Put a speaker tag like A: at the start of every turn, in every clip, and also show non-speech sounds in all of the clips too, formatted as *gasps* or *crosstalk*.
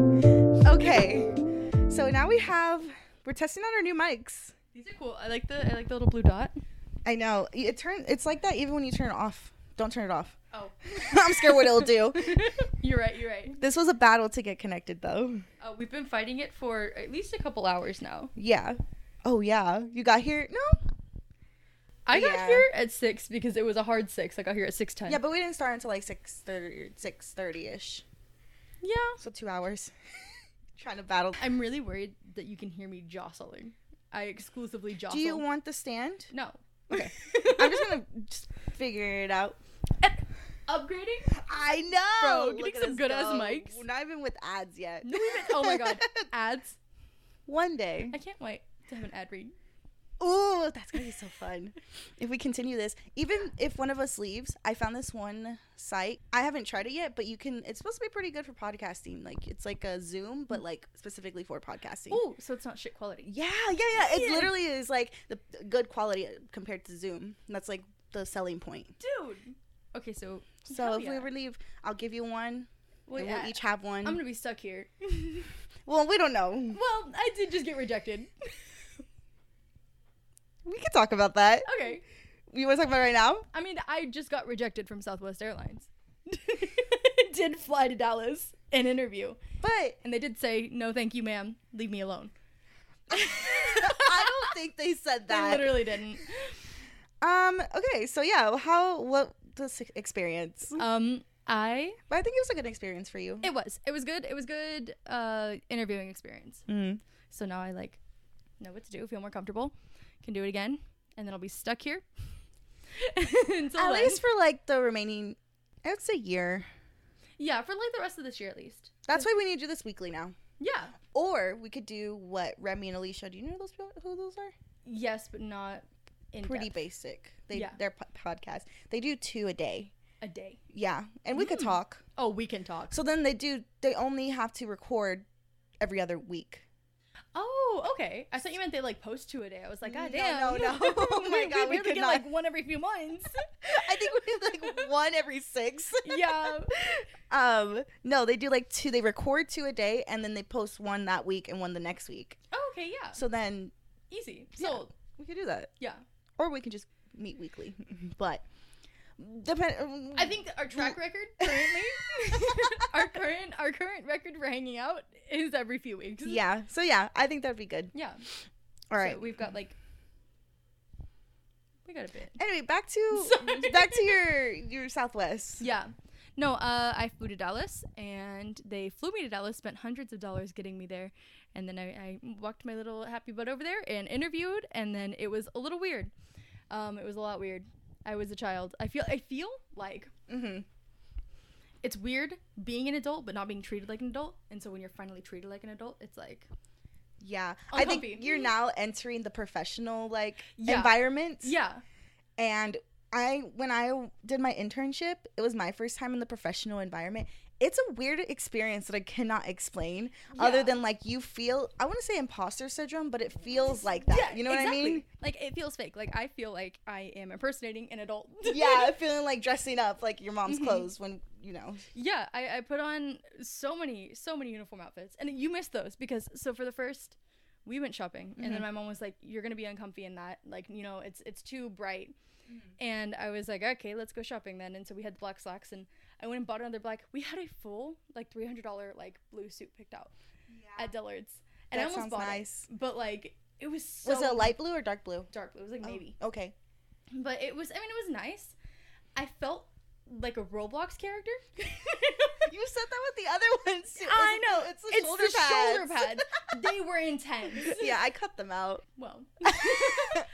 A: Okay. So now we have we're testing out our new mics.
B: These are cool. I like the I like the little blue dot.
A: I know. It turn it's like that even when you turn it off. Don't turn it off.
B: Oh.
A: *laughs* I'm scared what it'll do.
B: *laughs* you're right, you're right.
A: This was a battle to get connected though.
B: Uh, we've been fighting it for at least a couple hours now.
A: Yeah. Oh yeah. You got here? No.
B: I got
A: Yeah.
B: here at six because it was a hard six. I got here at six ten.
A: Yeah, but we didn't start until like 6:30 6:30ish.
B: yeah.
A: So 2 hours. *laughs* Trying to battle.
B: I'm really worried that you can hear me jostling. I exclusively jostle.
A: Do you want the stand?
B: No. *laughs* Okay.
A: I'm just going to just figure it out.
B: upgrading.
A: I know.
B: Bro, getting
A: Look at
B: some
A: us
B: good-ass mics.
A: We're not even with ads *laughs* yet.
B: No, we meant- oh my god. Ads.
A: One day.
B: I can't wait to have an ad read.
A: Ooh, that's gonna be so fun. if we continue this, even if one of us leaves, I found this one site. I haven't tried it yet, but you can. It's supposed to be pretty good for podcasting. Like it's like a Zoom, but like specifically for podcasting.
B: Oh, so it's not shit quality.
A: Yeah, yeah, yeah. It
B: Yeah.
A: literally is like the the good quality compared to Zoom. And that's like the selling point.
B: Dude. Okay, so
A: So
B: hell
A: if we
B: yeah.
A: ever leave, I'll give you one.
B: Well,
A: and we'll
B: yeah,
A: each have one.
B: I'm gonna be
A: *laughs*
B: stuck here.
A: Well, we don't know.
B: Well, I did just get rejected. *laughs*
A: We could talk about that.
B: okay.
A: You want to talk about it right now?
B: I mean, I just got rejected from Southwest Airlines. *laughs* I did fly to Dallas an interview,
A: But *laughs*
B: and they did say, "No, thank you, ma'am. Leave me alone."
A: I don't think they said
B: They
A: that.
B: literally didn't.
A: Um. Okay. So yeah. How? What this e-, experience?
B: Um, I
A: But I think it was a good experience for you.
B: it was it was good. It was good uh interviewing experience.
A: Mm.
B: So now I like know what to do, feel more comfortable, can do it again, and then I'll be stuck here. *laughs* Until
A: At
B: then.
A: least for like the remaining, I would say year.
B: yeah, for like the rest of this year at least.
A: That's why we need to do this weekly now.
B: Yeah.
A: Or we could do what Remy and Alicia. Do you know those people, who those are?
B: Yes, but not in
A: Pretty
B: depth.
A: basic. They
B: Yeah.
A: their po- podcast. They do two a day.
B: a day.
A: Yeah, and we could talk.
B: Oh, we can talk.
A: So then they do. They only have to record every other week.
B: Oh, okay. I thought you meant they like post to a day. I was like, God
A: No,
B: damn. *laughs*
A: no, no. Oh my
B: We'd
A: God,
B: be
A: we
B: able to
A: could
B: get
A: not.
B: like one every few months.
A: *laughs* I think we
B: *laughs*
A: do like one every six.
B: yeah.
A: Um, no, they do like two. They record two a day, and then they post one that week and one the next week.
B: Oh, okay, yeah.
A: So then
B: Easy.
A: Yeah.
B: Sold.
A: we could do that,
B: Yeah.
A: or we can just meet weekly. *laughs* But um, depend.
B: I think *laughs* our
A: Hmm.
B: track record
A: *laughs*
B: currently *laughs* our current our current record for hanging out is every few weeks.
A: Yeah. So yeah, I think that'd be good.
B: Yeah.
A: All right.
B: So we've got like we got a bit.
A: anyway, back to
B: *laughs* Sorry.
A: back to your your Southwest.
B: Yeah. No, uh, I flew to Dallas and they flew me to Dallas, spent hundreds of dollars getting me there. And then I, I walked my little happy butt over there and interviewed. And then it was a little weird. Um, it was a lot weird. I was a child. I feel I feel like
A: Mm-hmm.
B: it's weird being an adult but not being treated like an adult. And so when you're finally treated like an adult, it's like
A: Yeah. I think
B: Uncomfy.
A: you're now entering the professional like
B: Yeah.
A: environment.
B: yeah,
A: And I when I did my internship, it was my first time in the professional environment. It's a weird experience that I cannot explain other
B: Yeah.
A: than like you feel I want to say imposter syndrome, but it feels like that. you know what I
B: exactly.
A: mean?
B: Like it feels fake. Like I feel like I am impersonating an adult.
A: Yeah, feeling like dressing up like your mom's
B: Mhm.
A: clothes when you know.
B: Yeah, I, I put on so many, so many uniform outfits. And you missed those because, so for the first, we went shopping. And
A: Mm-hmm.
B: then my mom was like, you're going to be uncomfy in that. Like, you know, it's it's too bright.
A: Mm-hmm.
B: And I was like, okay, let's go shopping then. And so we had the black slacks and I went and bought another black. We had a full, like, $300, like, blue suit picked out at Dillard's. And I
A: that
B: almost
A: sounds
B: bought
A: nice.
B: it. But, like, it was so.
A: was it a light blue or dark blue?
B: Dark blue. It was like
A: Oh,
B: navy.
A: okay.
B: But it was, I mean, it was nice. I felt like a Roblox
A: *laughs*
B: character. *laughs*
A: You said that with the other *laughs* ones too. It's
B: I
A: the-
B: know.
A: It's the
B: It's
A: shoulder
B: the shoulder
A: pads.
B: pads.
A: *laughs*
B: they were intense.
A: yeah, I cut them
B: *laughs*
A: out. *laughs*
B: Well,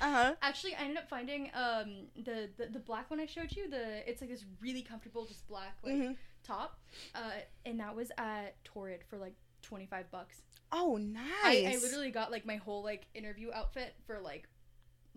A: uh-huh.
B: actually, I ended up finding um the, the the black one I showed you. The it's like this really comfortable, just black like
A: Mhm.
B: top, uh, and that was at Torrid for like twenty five bucks.
A: Oh, nice.
B: I, I literally got like my whole like interview outfit for like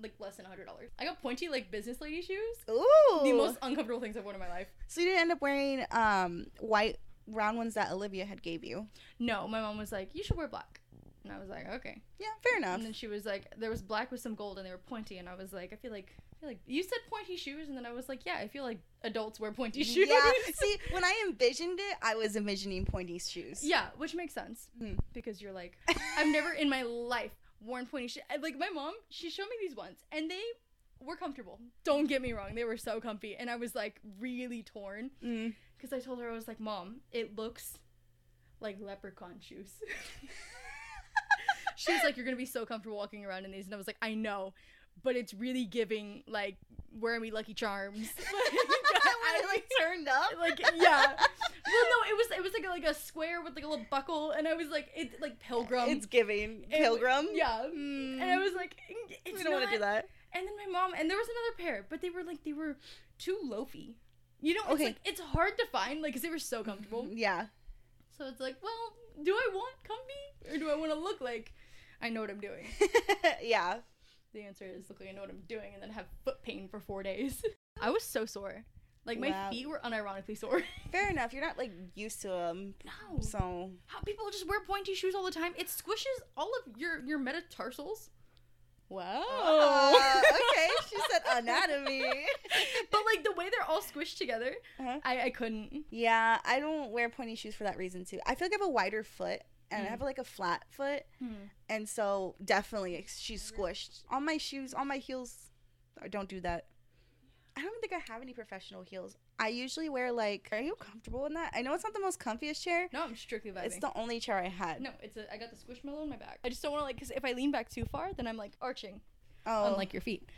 B: like less than hundred dollars. I got pointy like business lady shoes.
A: Ooh.
B: The most uncomfortable things I've worn in my life.
A: So you didn't end up wearing um white round ones that Olivia had gave you.
B: No, my mom was like, "You should wear black," and And I was like, okay.
A: Yeah, fair enough.
B: And then she was like, there was black with some gold, and they were pointy. And I was like, I feel like, I feel like you said pointy shoes, and then I was like, yeah, I feel like adults wear pointy shoes. *laughs*
A: Yeah. See, when I envisioned it, I was envisioning pointy shoes.
B: Yeah, which makes sense
A: Hmm.
B: because you're like, I've never in my life worn pointy shoes. Like my mom, she showed me these ones, and they were comfortable. Don't get me wrong, they were so comfy, and I was like really torn
A: Mm.
B: because I told her I was like, Mom, it looks like leprechaun shoes. she was like, You're gonna be so comfortable walking around in these, and I was like, I know, but it's really giving like, where are we Lucky Charms? *laughs*
A: *laughs* when
B: *laughs* I
A: it like turned up.
B: like yeah. Well, no, it was it was like a, like a square with like a little buckle, and I was like, it's like pilgrim.
A: it's giving
B: It-
A: pilgrim.
B: yeah.
A: Mm.
B: And I was like, it's
A: we don't want to do that.
B: And then my mom, and there was another pair, but they were like they were too loafy. You know, it's
A: Okay.
B: like it's hard to find, like, 'cause they were so comfortable.
A: Yeah. *laughs* Mm-hmm.
B: So it's like, well, do I want comfy or do I want to look like I know what I'm doing?
A: yeah.
B: The answer is look like I know what I'm doing, and then have foot pain for four days. *laughs* I was so sore. Like my
A: Wow.
B: feet were unironically sore.
A: Fair
B: *laughs*
A: enough. You're not like used to them,
B: No.
A: so
B: How people just wear pointy shoes all the time. It squishes all of your your metatarsals. Wow. *laughs*
A: Uh, okay, she said anatomy.
B: but like the way they're all squished together,
A: Uh-huh.
B: I I couldn't.
A: yeah, I don't wear pointy shoes for that reason too. I feel like I have a wider foot and I
B: Mm.
A: have like a flat foot,
B: Hmm.
A: and so definitely she's squished on my shoes, on my heels. I don't do that. I don't think I have any professional heels. I usually wear like. Are you comfortable in that? I know it's not the most comfiest chair.
B: No, I'm strictly vibing.
A: It's the only chair I had.
B: no, it's a. I got the squishmallow in my back. I just don't want to like, cause if I lean back too far, then I'm like arching,
A: Oh,
B: unlike your feet.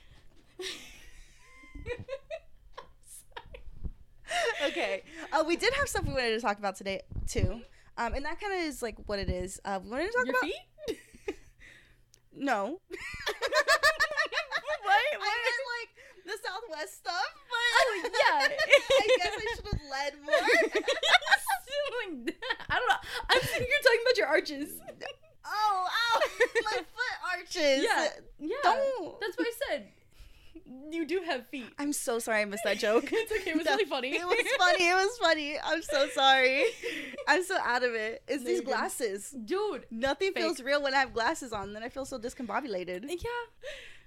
A: *laughs* okay. Uh, we did have stuff we wanted to talk about today too, um, and that kind of is like what it is. Uh, we wanted to talk
B: Mm-hmm.
A: about
B: Your
A: *laughs*
B: feet? *laughs*
A: no. *laughs*
B: Why-
A: I meant like the Southwest stuff,
B: Oh,
A: but
B: yeah.
A: *laughs* I guess I should have led
B: *laughs*
A: more.
B: I don't know. I'm thinking you're talking about your arches.
A: oh, ow, *laughs* my foot arches.
B: *laughs* Yeah. Yeah.
A: Don't.
B: That's what I said. You do have feet.
A: I'm so sorry I missed that joke.
B: *laughs* it's okay. It was
A: No,
B: really funny.
A: It was funny. It was funny. I'm
B: *laughs*
A: so sorry. I'm so out of it. It's
B: No,
A: these
B: you're good.
A: glasses.
B: *laughs* Dude.
A: Nothing
B: Fake.
A: feels real when I have glasses on. Then I feel so discombobulated.
B: Yeah.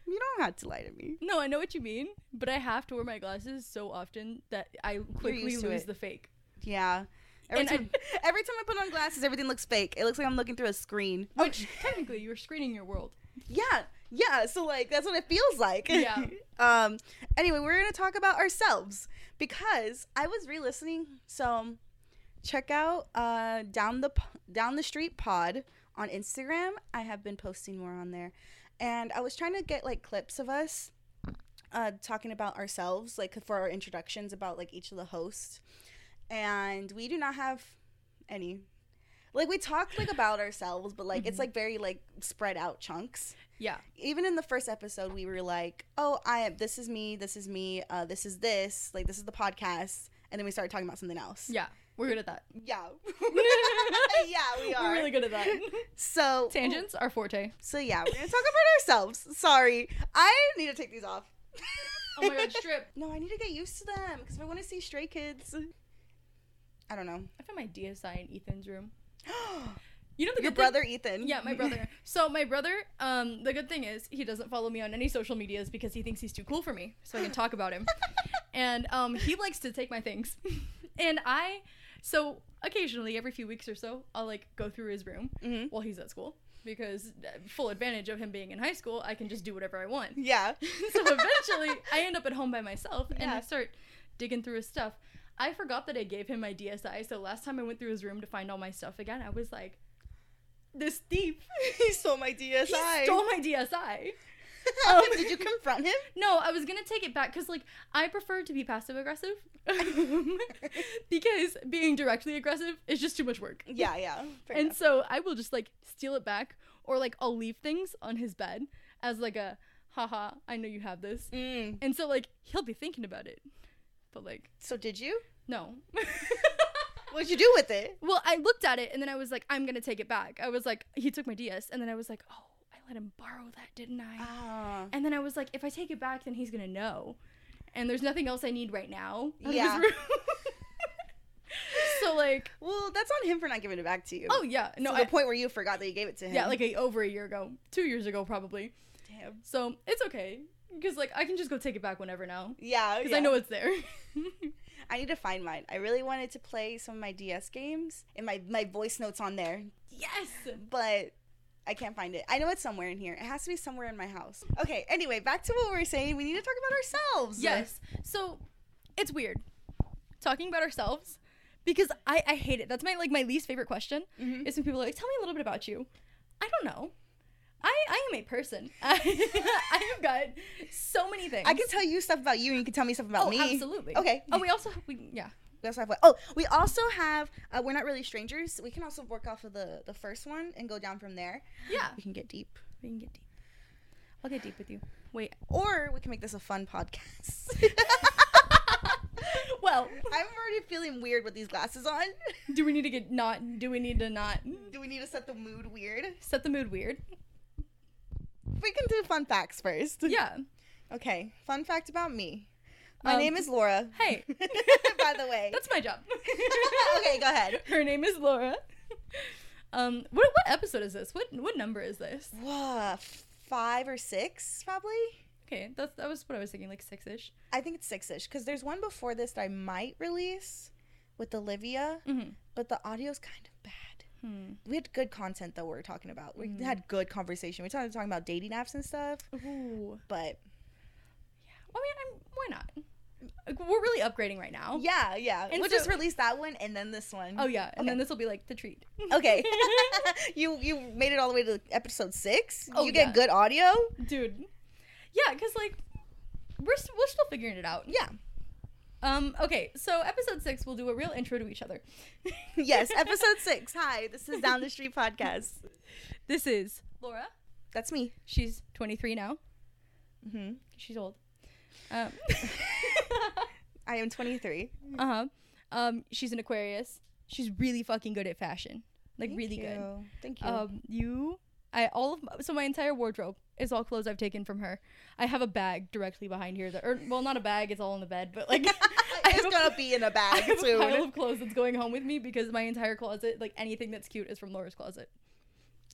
A: You don't have to lie to me.
B: No, I know what you mean, but I have to wear my glasses so often that I quickly
A: used to
B: lose
A: it.
B: the fake.
A: Yeah. Every
B: And I-
A: time, every time I put on glasses, everything looks fake. It looks like I'm looking through a screen. Oh.
B: Which technically you're screening your world.
A: Yeah, yeah. So like that's what it feels like.
B: Yeah.
A: *laughs* um. Anyway, we're gonna talk about ourselves because I was re-listening. So check out uh down the P- down the street pod on Instagram. I have been posting more on there, and I was trying to get like clips of us. Uh, talking about ourselves, like for our introductions about like each of the hosts, and we do not have any. Like we talk like about ourselves, but like it's like very like spread out chunks
B: Yeah.
A: even in the first episode we were like oh i am this is me this is me uh, this is this like this is the podcast and then we started talking about something else
B: Yeah. We're good at that. *laughs*
A: yeah *laughs* yeah we
B: We're
A: are
B: really good at that. *laughs*
A: so
B: Tangents are forte.
A: so yeah we're gonna talk about ourselves sorry i need to take these off
B: Oh my god, strip.
A: *laughs* no i need to get used to them because i want to see stray kids i don't know
B: *laughs* *gasps* I found my DSI in Ethan's room. You know the
A: your
B: good thing-
A: brother ethan
B: Yeah, my
A: *laughs*
B: brother. So my brother, um, the good thing is he doesn't follow me on any social medias because he thinks he's too cool for me, so I can talk about *laughs* him. and um, he likes to take my things, *laughs* and I, so occasionally every few weeks or so, I'll like go through his room
A: Mhm.
B: while he's at school because uh, full advantage of him being in high school, I can just do whatever I want. *laughs*
A: yeah
B: so eventually, I end up at home by myself, and
A: Yeah.
B: I start digging through his stuff. I forgot that I gave him my DSI, so last time I went through his room to find all my stuff again, I was like, "This thief."
A: *laughs* he stole my dsi
B: He stole my DSI.
A: *laughs* did
B: *laughs*
A: you confront him
B: No, I was gonna take it back because like I prefer to be passive aggressive
A: *laughs*
B: because being directly aggressive is just too much work.
A: yeah yeah fair
B: and
A: enough.
B: so I will just like steal it back or like I'll leave things on his bed as like a haha, I know you have this.
A: Mm.
B: And so like he'll be thinking about it. But like,
A: so did you *laughs*
B: no.
A: What'd you do with it?
B: Well, I looked at it and then I was like, I'm gonna take it back. I was like, he took my DS and then I was like, oh, I let him borrow that, didn't I?
A: Ah.
B: And then I was like, if I take it back, then he's gonna know. And there's nothing else I need right now. out of his
A: Yeah.
B: room. *laughs* so like,
A: Well, that's on him for not giving it back to you.
B: oh yeah, no,
A: no, to
B: I,
A: the point where you forgot that you gave it to him.
B: yeah, like a, over a year ago, two years ago probably.
A: damn.
B: So it's okay because like I can just go take it back whenever now
A: Yeah,
B: because
A: yeah.
B: I know it's there. *laughs*
A: I need to find mine. I really wanted to play some of my DS games and my my voice notes on there,
B: yes.
A: but I can't find it. I know it's somewhere in here. It has to be somewhere in my house. Okay. Anyway, back to what we were saying. We need to talk about ourselves.
B: Yes. So it's weird talking about ourselves because I, I hate it. That's my like my least favorite question
A: Mhm.
B: is when people are like, "Tell me a little bit about you." I don't know. I I am a person. *laughs* I, I have got so many things.
A: I can tell you stuff about you, and you can tell me stuff about
B: oh,
A: me.
B: absolutely.
A: Okay.
B: Oh, we also we yeah.
A: That's my point. Oh, we also have. Uh, we're not really strangers. We can also work off of the the first one and go down from there.
B: Yeah.
A: We can get deep,
B: We can get deep. I'll get deep with you. Wait.
A: or we can make this a fun podcast.
B: *laughs*
A: *laughs*
B: well,
A: I'm already feeling weird with these glasses on. *laughs*
B: do we need to get not do we need to not
A: Do we need to set the mood weird?
B: set the mood weird?
A: We can do fun facts first.
B: Yeah.
A: Okay. Fun fact about me. My
B: Um,
A: name is Laura.
B: Hey.
A: *laughs*
B: *laughs*
A: By the way.
B: That's my job.
A: *laughs* okay, go ahead.
B: Her name is Laura. Um, what what episode is this? What what number is this?
A: Whoa, five or six probably.
B: Okay, that's that was what I was thinking, like six ish.
A: I think it's six-ish because there's one before this that I might release with Olivia,
B: Mm-hmm.
A: but the audio's kind of bad.
B: Hmm.
A: We had good content though. We were talking about. We
B: Mm-hmm.
A: had good conversation. We started talking about dating apps and stuff,
B: Ooh.
A: but
B: I mean, I'm, why not? Like, We're really upgrading right now.
A: yeah, yeah.
B: Oh. And
A: we'll
B: so-
A: just release that one and then this one.
B: Oh yeah, and then
A: Okay. Oh.
B: this will be like the treat.
A: Okay. *laughs* you you made it all the way to episode six.
B: Oh,
A: you get
B: yeah.
A: good audio.
B: *laughs* dude. Yeah, because like we're s- we're still figuring it out.
A: Yeah.
B: Um. Okay. So episode six, we'll do a real intro to each other.
A: *laughs* Yes. Episode six. Hi, this is Down the Street Podcast.
B: *laughs* This is Laura.
A: That's me.
B: She's 23 now.
A: hmm
B: She's old. Um. *laughs*
A: I am 23.
B: uh huh. Um. She's an Aquarius. She's really fucking good at fashion. Like
A: Thank
B: really good.
A: you. Thank you. *laughs*
B: Um, you, I all of my, so my entire wardrobe is all clothes I've taken from her. I have a bag directly behind here that, or well, not a bag. It's all in the bed,
A: *laughs*
B: but like *laughs* I
A: it's
B: have a-
A: gonna be in a
B: *laughs* I
A: bag
B: have a pile
A: soon.
B: of clothes that's going home with me because my entire closet, like anything that's cute, is from Laura's closet.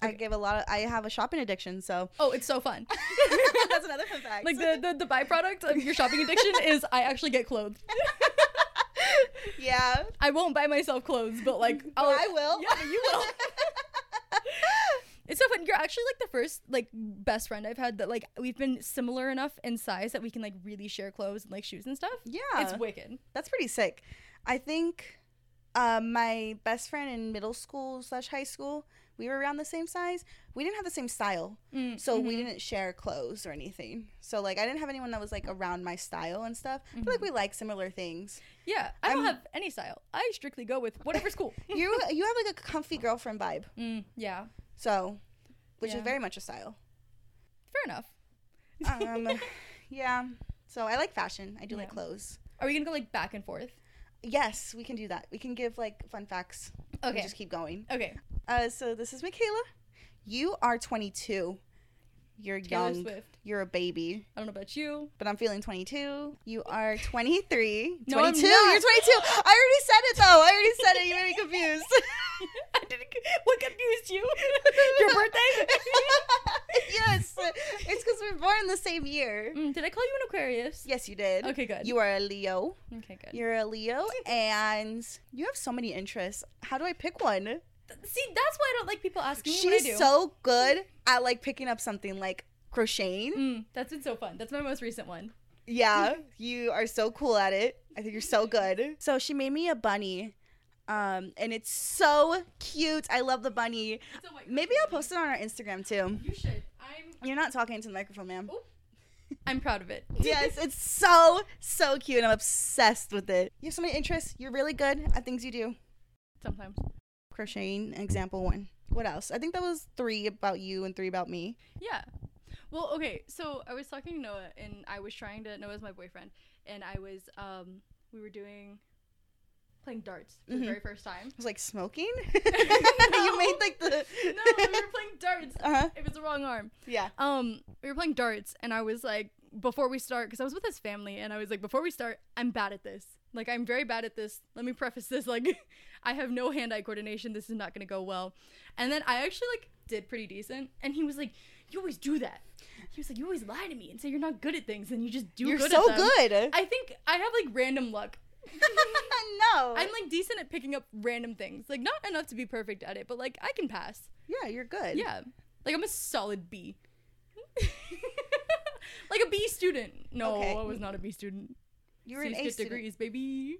A: I give a lot of. I have a shopping addiction,
B: *laughs*
A: so *laughs*
B: Oh, it's so fun.
A: that's another fun fact.
B: like the, the the byproduct of your shopping addiction is I actually get clothes.
A: *laughs* yeah.
B: I won't buy myself clothes, but *laughs* like I'll,
A: I will.
B: Yeah, you Oh, will. It's so fun. You're actually like the first like best friend I've had that like we've been similar enough in size that we can like really share clothes and like shoes and stuff.
A: yeah.
B: It's wicked.
A: That's pretty sick. I think uh, my best friend in middle school slash high school, we were around the same size. We didn't have the same style,
B: Mm,
A: so
B: mm-hmm.
A: we didn't share clothes or anything. So like, I didn't have anyone that was like around my style and stuff. But
B: Mm-hmm.
A: like, we like similar
B: *laughs*
A: things.
B: yeah, I don't
A: I'm-
B: have any style. I strictly go with whatever's *laughs* cool.
A: you you have like a comfy girlfriend vibe,
B: Mm, yeah,
A: so which
B: Yeah.
A: is very much a
B: *laughs*
A: style.
B: fair enough.
A: Um, yeah. So I like fashion. I do like
B: Yeah.
A: clothes.
B: *laughs* Are we gonna go like back and forth?
A: Yes, we can do that. We can give like fun facts. and
B: Okay.
A: just keep going.
B: Okay.
A: Uh, so this is Michaela. You are 22. You're
B: Taylor
A: young.
B: Swift.
A: You're a baby,
B: I don't know about you. *laughs*
A: but I'm feeling 22. You are 23.
B: No,
A: 22.
B: I'm
A: You're
B: not.
A: 22. I already said it though. I already said it. You made me confused.
B: *laughs*
A: *laughs*
B: I didn't. *laughs* What confused *laughs* you? Your *laughs* birthday?
A: yes, it's because we were born the same year.
B: Mm, did I call you an Aquarius?
A: Yes, you did.
B: Okay, good.
A: You are a Leo.
B: okay, good.
A: You're a Leo, and you have so many interests. How do I pick one?
B: Th- See, that's why I don't like people asking me what I do.
A: She's so good at like picking up something like crocheting.
B: Mm, that's been so fun. That's my most recent one.
A: Yeah, you are so cool at it. I think you're so good. So she made me a bunny. Um, and it's so cute. I love the bunny.
B: It's a white
A: Maybe I'll post it on our Instagram too.
B: You should. I'm.
A: You're not talking into the microphone, ma'am.
B: Ooh. I'm proud of it.
A: *laughs* Yes, it's so, so cute. and I'm obsessed with it. You have so many interests. You're really good at things you do.
B: *laughs* Sometimes.
A: Crocheting, example one. What else? I think that was three about you and three about me.
B: Yeah. Well, okay. So I was talking to Noah, and I was trying to Noah's my boyfriend, and I was um we were doing playing darts for
A: Mhm.
B: the very first time.
A: I was like, smoking? *laughs*
B: No.
A: You made like the.
B: No,
A: *laughs*
B: we were playing darts.
A: Uh huh.
B: It was the wrong arm.
A: Yeah.
B: Um, we were playing darts, and I was like before we start, because I was with his family and I was like, before we start, I'm bad at this. Like, I'm very bad at this. Let me preface this. Like, *laughs* I have no hand eye coordination. This is not going to go well. And then I actually, like, did pretty decent. And he was like, You always do that. He was like, You always lie to me and say you're not good at things and you just do
A: You're
B: good
A: so
B: at them.
A: good.
B: I think I have, like,
A: *laughs*
B: random luck.
A: no.
B: I'm, like, decent at picking up random things. Like, not enough to be perfect at it, but, like, I can pass.
A: yeah, you're good.
B: Yeah. Like I'm a solid B. *laughs* like a B student. No,
A: Okay.
B: I was not a B student.
A: you were
B: C's
A: an A
B: get
A: student.
B: degrees, baby.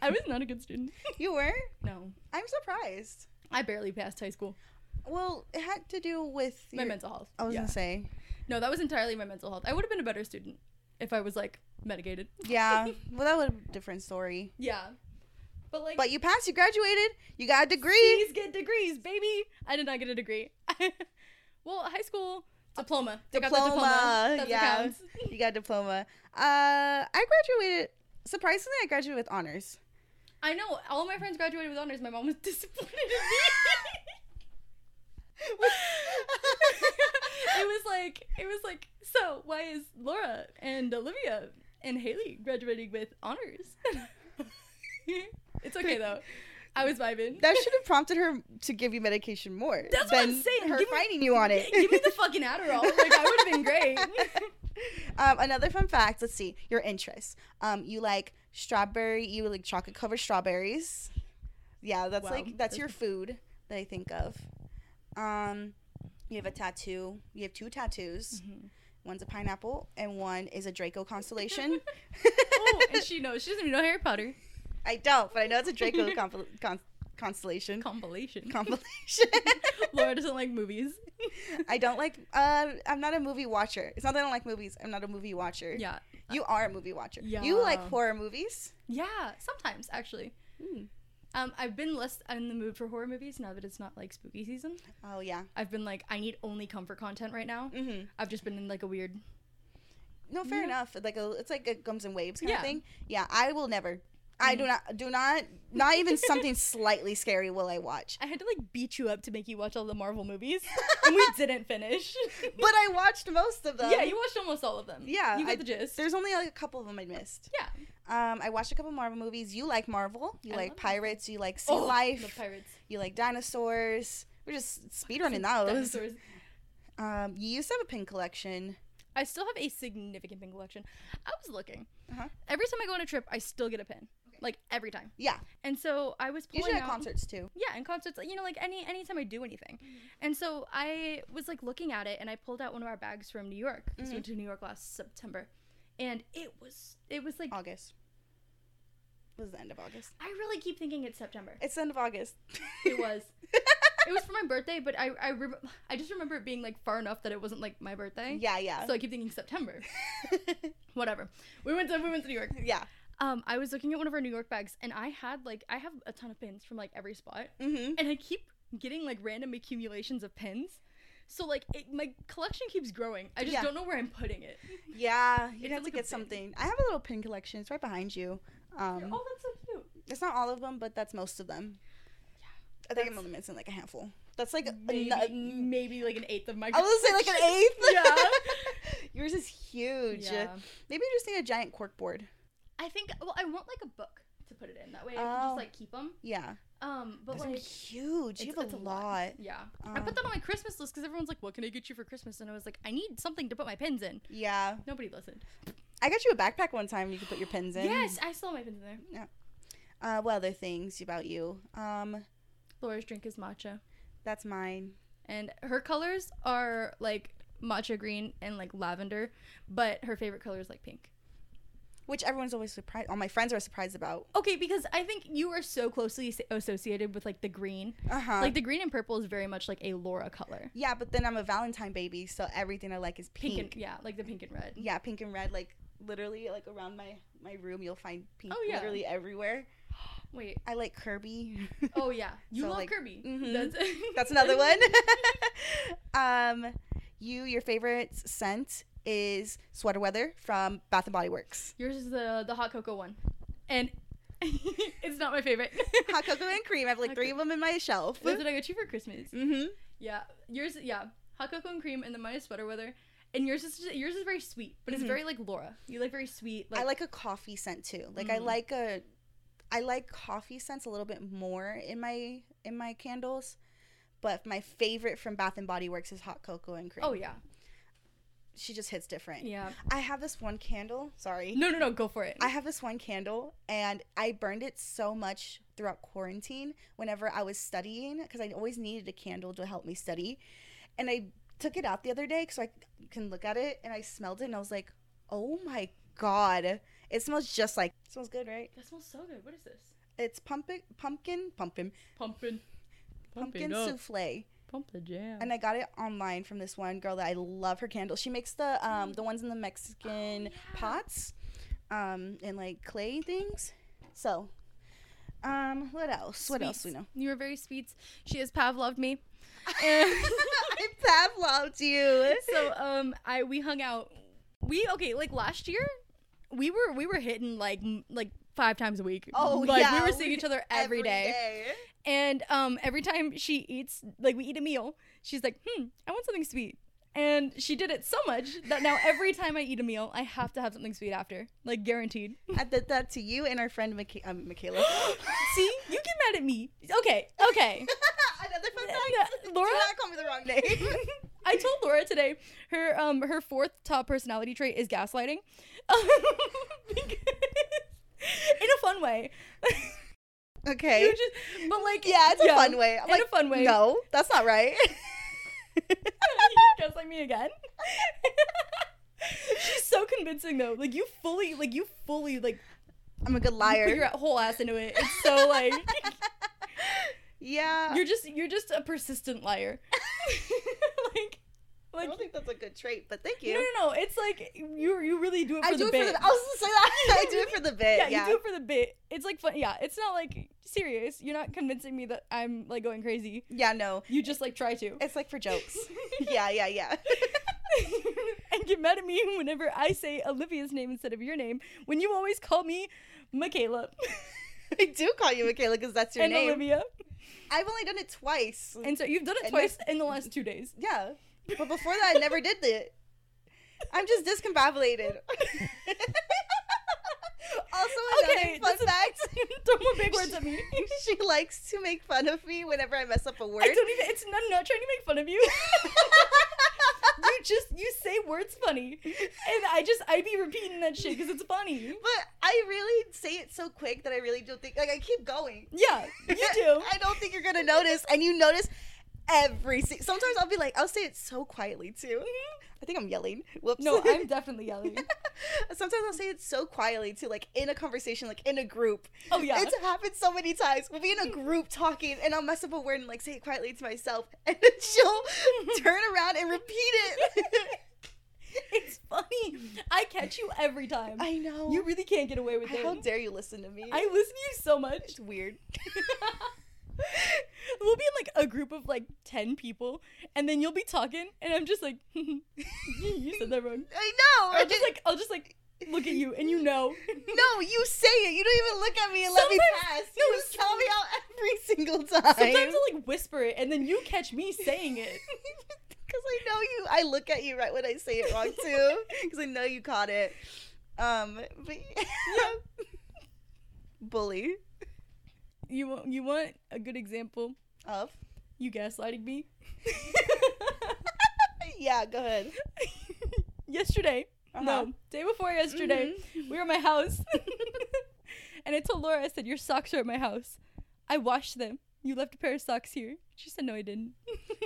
B: I was not a good student.
A: *laughs* You were?
B: No.
A: I'm surprised.
B: I barely passed high school.
A: Well, it had to do with
B: My
A: your-
B: mental health.
A: I was
B: yeah.
A: gonna say,
B: No, that was entirely my mental health. I would have been a better student if I was like medicated.
A: yeah.
B: *laughs*
A: well, that would a different story.
B: Yeah. But like
A: But you passed. You graduated. You got a degree.
B: C's get degrees, baby. I did not get a degree. *laughs* well, high school diploma. I got the
A: Diploma,
B: That's what
A: yeah.
B: counts.
A: You got a diploma. Uh, I graduated. Surprisingly, I graduated with honors.
B: I know all my friends graduated with honors. My mom was *laughs* disappointed in me. it was like it was like so. Why is Laura and Olivia and Haley graduating with honors? it's okay though. I was vibing.
A: That should have prompted her to give you medication more.
B: That's what I'm
A: than
B: saying.
A: Her
B: Give me-
A: fighting you on it.
B: *laughs* Give me the fucking Adderall. Like I would have been great.
A: um, another fun fact. Let's see your interests. Um, you like strawberry. You like chocolate covered strawberries. Yeah, that's
B: Wow.
A: like that's your food that I think of. Um, you have a tattoo. You have two tattoos.
B: Mhm.
A: One's a pineapple and one is a
B: *laughs*
A: Draco constellation.
B: oh, and she knows. She doesn't even know Harry Potter.
A: I don't, but I know it's a Draco compil con- constellation. *laughs*
B: Compilation.
A: compilation.
B: Laura doesn't like movies.
A: I don't like. Uh, I'm not a movie watcher. It's not that I don't like movies. I'm not a movie watcher.
B: Yeah.
A: You are a movie watcher. You like
B: Yeah.
A: horror movies.
B: Yeah. Sometimes actually. Um, I've been less in the mood for horror movies now that it's not like spooky season.
A: Oh yeah.
B: I've been like, I need only comfort content right now.
A: hmm
B: I've just been in like a weird.
A: No, fair
B: Mm-hmm. Yeah.
A: enough. Like a, it's like it comes in waves kind
B: Yeah. Mm-hmm.
A: of thing. Yeah, I will never. I do not. Do not. Not even
B: *laughs*
A: something slightly scary will I watch.
B: I had to like beat you up to make you watch all the Marvel movies, *laughs* and we didn't *laughs* finish.
A: But I watched most of them.
B: yeah, you watched almost all of them.
A: Yeah,
B: you got
A: I-
B: the gist.
A: There's only like a couple of them I missed.
B: yeah,
A: Um, I watched a couple Marvel movies. You like Marvel. You
B: I
A: like
B: love
A: pirates. You like sea
B: *laughs* Oh, the
A: life.
B: pirates,
A: you like dinosaurs. We're just speedrunning those.
B: dinosaurs.
A: Um, you used to have a pin collection.
B: I still have a significant pin collection. I was looking.
A: Uh-huh.
B: Every time I go on a trip, I still get a pin, like every time.
A: Yeah.
B: And so I was pulling
A: Usually at
B: out-
A: concerts too.
B: yeah and concerts like, you know like any anytime i do anything and so i was like looking at it and i pulled out one of our bags from new york 'cause we went to new york last september and it was it was like
A: August was the end of August.
B: i really keep thinking it's september
A: It's the end of August.
B: it was it was for my birthday but i i, re- I just remember it being like far enough that it wasn't like my birthday
A: yeah, yeah,
B: Eh? so i keep thinking september whatever we went to we went to new york
A: yeah.
B: um i was looking at one of our new york bags and i had like i have a ton of pins from like every spot
A: Mm-hmm.
B: and I keep getting like random accumulations of pins. So like it, my collection keeps growing. I just
A: Yeah.
B: don't know where I'm putting it.
A: Yeah,
B: It's
A: you have
B: like
A: to
B: a
A: get
B: bin.
A: something. I have a little pin collection. It's right behind you. Um,
B: oh, that's so cute.
A: it's not all of them, but that's most of them. I think I'm only missing like a handful. That's like
B: Maybe,
A: a, nu-
B: maybe like an eighth of my.
A: I was gonna say like an
B: collection.
A: eighth.
B: *laughs*
A: *laughs*
B: Yeah.
A: Yours is *laughs* huge.
B: Yeah.
A: Maybe you just need a giant cork board.
B: I think. Well, I want like a book to put it in. That way I can
A: Oh.
B: just like keep them.
A: Yeah.
B: Um, but
A: Those are
B: like.
A: huge. You
B: it's-
A: have a,
B: it's
A: lot.
B: Yeah. I
A: Um,
B: put that on my Christmas list because everyone's like, "What can I get you for Christmas?" And I was like, "I need something to put my pins in."
A: Yeah.
B: Nobody listened.
A: I got you a backpack one time. You could put your pins in.
B: Yes, I still have my pins in there.
A: Uh, what other things about you? Um,
B: Laura's drink is matcha.
A: that's mine.
B: and her colors are like matcha green and like lavender, but her favorite color is like pink.
A: Which everyone's always surprised. All my friends are surprised about.
B: Okay, because I think you are so closely as- associated with like the green.
A: Uh huh.
B: Like the green and purple is very much like a Laura color.
A: yeah, but then I'm a Valentine baby, so everything I like is
B: Pink,
A: pink.
B: and yeah, like the pink and red.
A: yeah, pink and red. Like literally, like around my my room, you'll find pink.
B: Oh, yeah.
A: Literally everywhere.
B: Wait.
A: I like
B: *laughs*
A: Kirby. *laughs*
B: Oh yeah, you
A: So,
B: love
A: like,
B: Kirby.
A: mhm.
B: mm-hmm. *laughs* That's,
A: that's another one. *laughs* um, you your favorite scent is sweater weather from Bath and Body Works.
B: Yours is the the hot cocoa one, and *laughs* it's not my favorite.
A: Hot
B: *laughs*
A: cocoa and cream. I have like
B: Hot
A: three of them in my shelf.
B: What did I get you for Christmas?
A: Mm-hmm.
B: Yeah, yours. Yeah, hot cocoa and cream, and then mine is sweater weather. And yours is just, yours is very sweet, but
A: Mhm.
B: it's very like Laura. You like very sweet. Like,
A: I like a coffee scent too. Like I
B: Mm.
A: like a I like coffee scents a little bit more in my in my candles. But my favorite from Bath and Body Works is hot cocoa and cream.
B: Oh yeah,
A: she just hits different.
B: yeah.
A: I have this one candle. Sorry.
B: No, no, no. Go for it.
A: I have this one candle and I burned it so much throughout quarantine whenever I was studying because I always needed a candle to help me study. And I took it out the other day so I can look at it and I smelled it and I was like, oh my God. It smells just like, it smells good, right?
B: that smells so good. What is this?
A: It's pumpkin, pumpkin, pumpkin,
B: Pumpkin.
A: pumpkin souffle.
B: Pump the jam.
A: And I got it online from this one girl that I love her candle. She makes the um the ones in the Mexican
B: Oh, yeah.
A: pots, um and like clay things. So, um, what else? What else
B: *laughs*
A: we know? *laughs*
B: You were very sweet. She has Pavloved me.
A: I Pavloved you.
B: so um i we hung out we okay like last year we were we were hitting like m- like five times a week
A: Oh,
B: like
A: yeah,
B: we were seeing
A: we-
B: each other every day. and um every time she eats like we eat a meal she's like hmm i want something sweet and she did it so much that now every time i eat a meal i have to have something sweet after like
A: *gasps*
B: guaranteed
A: I did that to you and our friend Micha- um, *gasps* Michaela.
B: see you get mad at me okay okay
A: *laughs* Another fun fact.
B: No,
A: Do
B: Laura-
A: not call me the wrong name.
B: I told Laura today her um her fourth top personality trait is gaslighting, *laughs* Because- in a fun way.
A: *laughs* okay.
B: *laughs* You just- but like
A: Yeah, it's a fun way. I'm
B: in
A: like,
B: a fun way.
A: No, that's not right. *laughs*
B: *laughs* you gaslight me again. *laughs* She's so convincing though. Like you fully like you fully like
A: I'm a good
B: you put
A: liar.
B: your *laughs* whole ass into it. It's so like
A: *laughs*
B: *laughs*
A: yeah.
B: you're just you're just a persistent liar. *laughs* like
A: I
B: like
A: don't think that's a good trait, but thank you.
B: no no no. It's like you you really do it for
A: I
B: the
A: do it
B: bit.
A: for the. *laughs* I was gonna say
B: *laughs*
A: that. I do it for the bit.
B: yeah,
A: Yeah.
B: you do it for the bit. It's like fun. Yeah, it's not like serious. You're not convincing me that I'm like going crazy.
A: Yeah. No.
B: You just like try to.
A: It's like for jokes.
B: *laughs*
A: *laughs* yeah. Yeah. Yeah. *laughs*
B: and get mad at me whenever I say Olivia's name instead of your name when you always call me Michaela
A: I do call you Michaela because that's your
B: *laughs* and
A: name.
B: Olivia.
A: I've only done it twice.
B: And so you've done it
A: And
B: twice in the last two days.
A: yeah. But before that,
B: *laughs*
A: I never did it. I'm just discombobulated. also, another
B: Okay,
A: fun
B: that's a-
A: fact.
B: *laughs* Don't put big words at me.
A: *laughs* she likes to make fun of me whenever I mess up a word.
B: I don't *laughs* even. It's not, I'm not trying to make fun of you. you just you say words funny, and I just I be repeating that shit because it's funny.
A: *laughs* But I really say it so quick that I really don't think like I keep going.
B: Yeah,
A: *laughs*
B: you do.
A: I don't think you're gonna notice, and you notice every. Si- Sometimes I'll be like, I'll say it so quietly too. *laughs* I think I'm yelling. Whoops. *laughs*
B: No, I'm definitely yelling.
A: Sometimes I'll say it so quietly too, like in a conversation, like in a group.
B: Oh yeah.
A: It's happened so many times. We'll be in a group talking, and I'll mess up a word and like say it quietly to myself, *laughs* and then
B: *laughs*
A: she'll turn around and repeat it.
B: It's funny. I catch you every time.
A: I know.
B: you really can't get away with it.
A: How dare you listen to me?
B: I listen to you so much. *laughs*
A: it's weird. *laughs*
B: we'll be in like a group of like 10 people, and then you'll be talking, and I'm just like, *laughs* you said that
A: *laughs*
B: wrong.
A: I know.
B: Or just like, I'll just like look at you, and you know. *laughs*
A: No, you say it. You don't even look at me and let me
B: Sometimes-
A: pass.
B: no,
A: You just call me out every single time.
B: Sometimes I'll like whisper it, and then you catch me saying it.
A: *laughs* Because I know you. I look at you right when I say it wrong
B: *laughs*
A: too. Because I know you caught it. Um, but *laughs* bully
B: You want, you want a good example?
A: of.
B: You
A: *laughs*
B: gaslighting me? *laughs*
A: Yeah, go ahead.
B: yesterday.
A: Uh-huh. Mm-hmm.
B: No, day before yesterday, we were at my house. *laughs* and I told Laura, I said, Your socks are at my house. I washed them. You left a pair of socks here. She said, No, I didn't.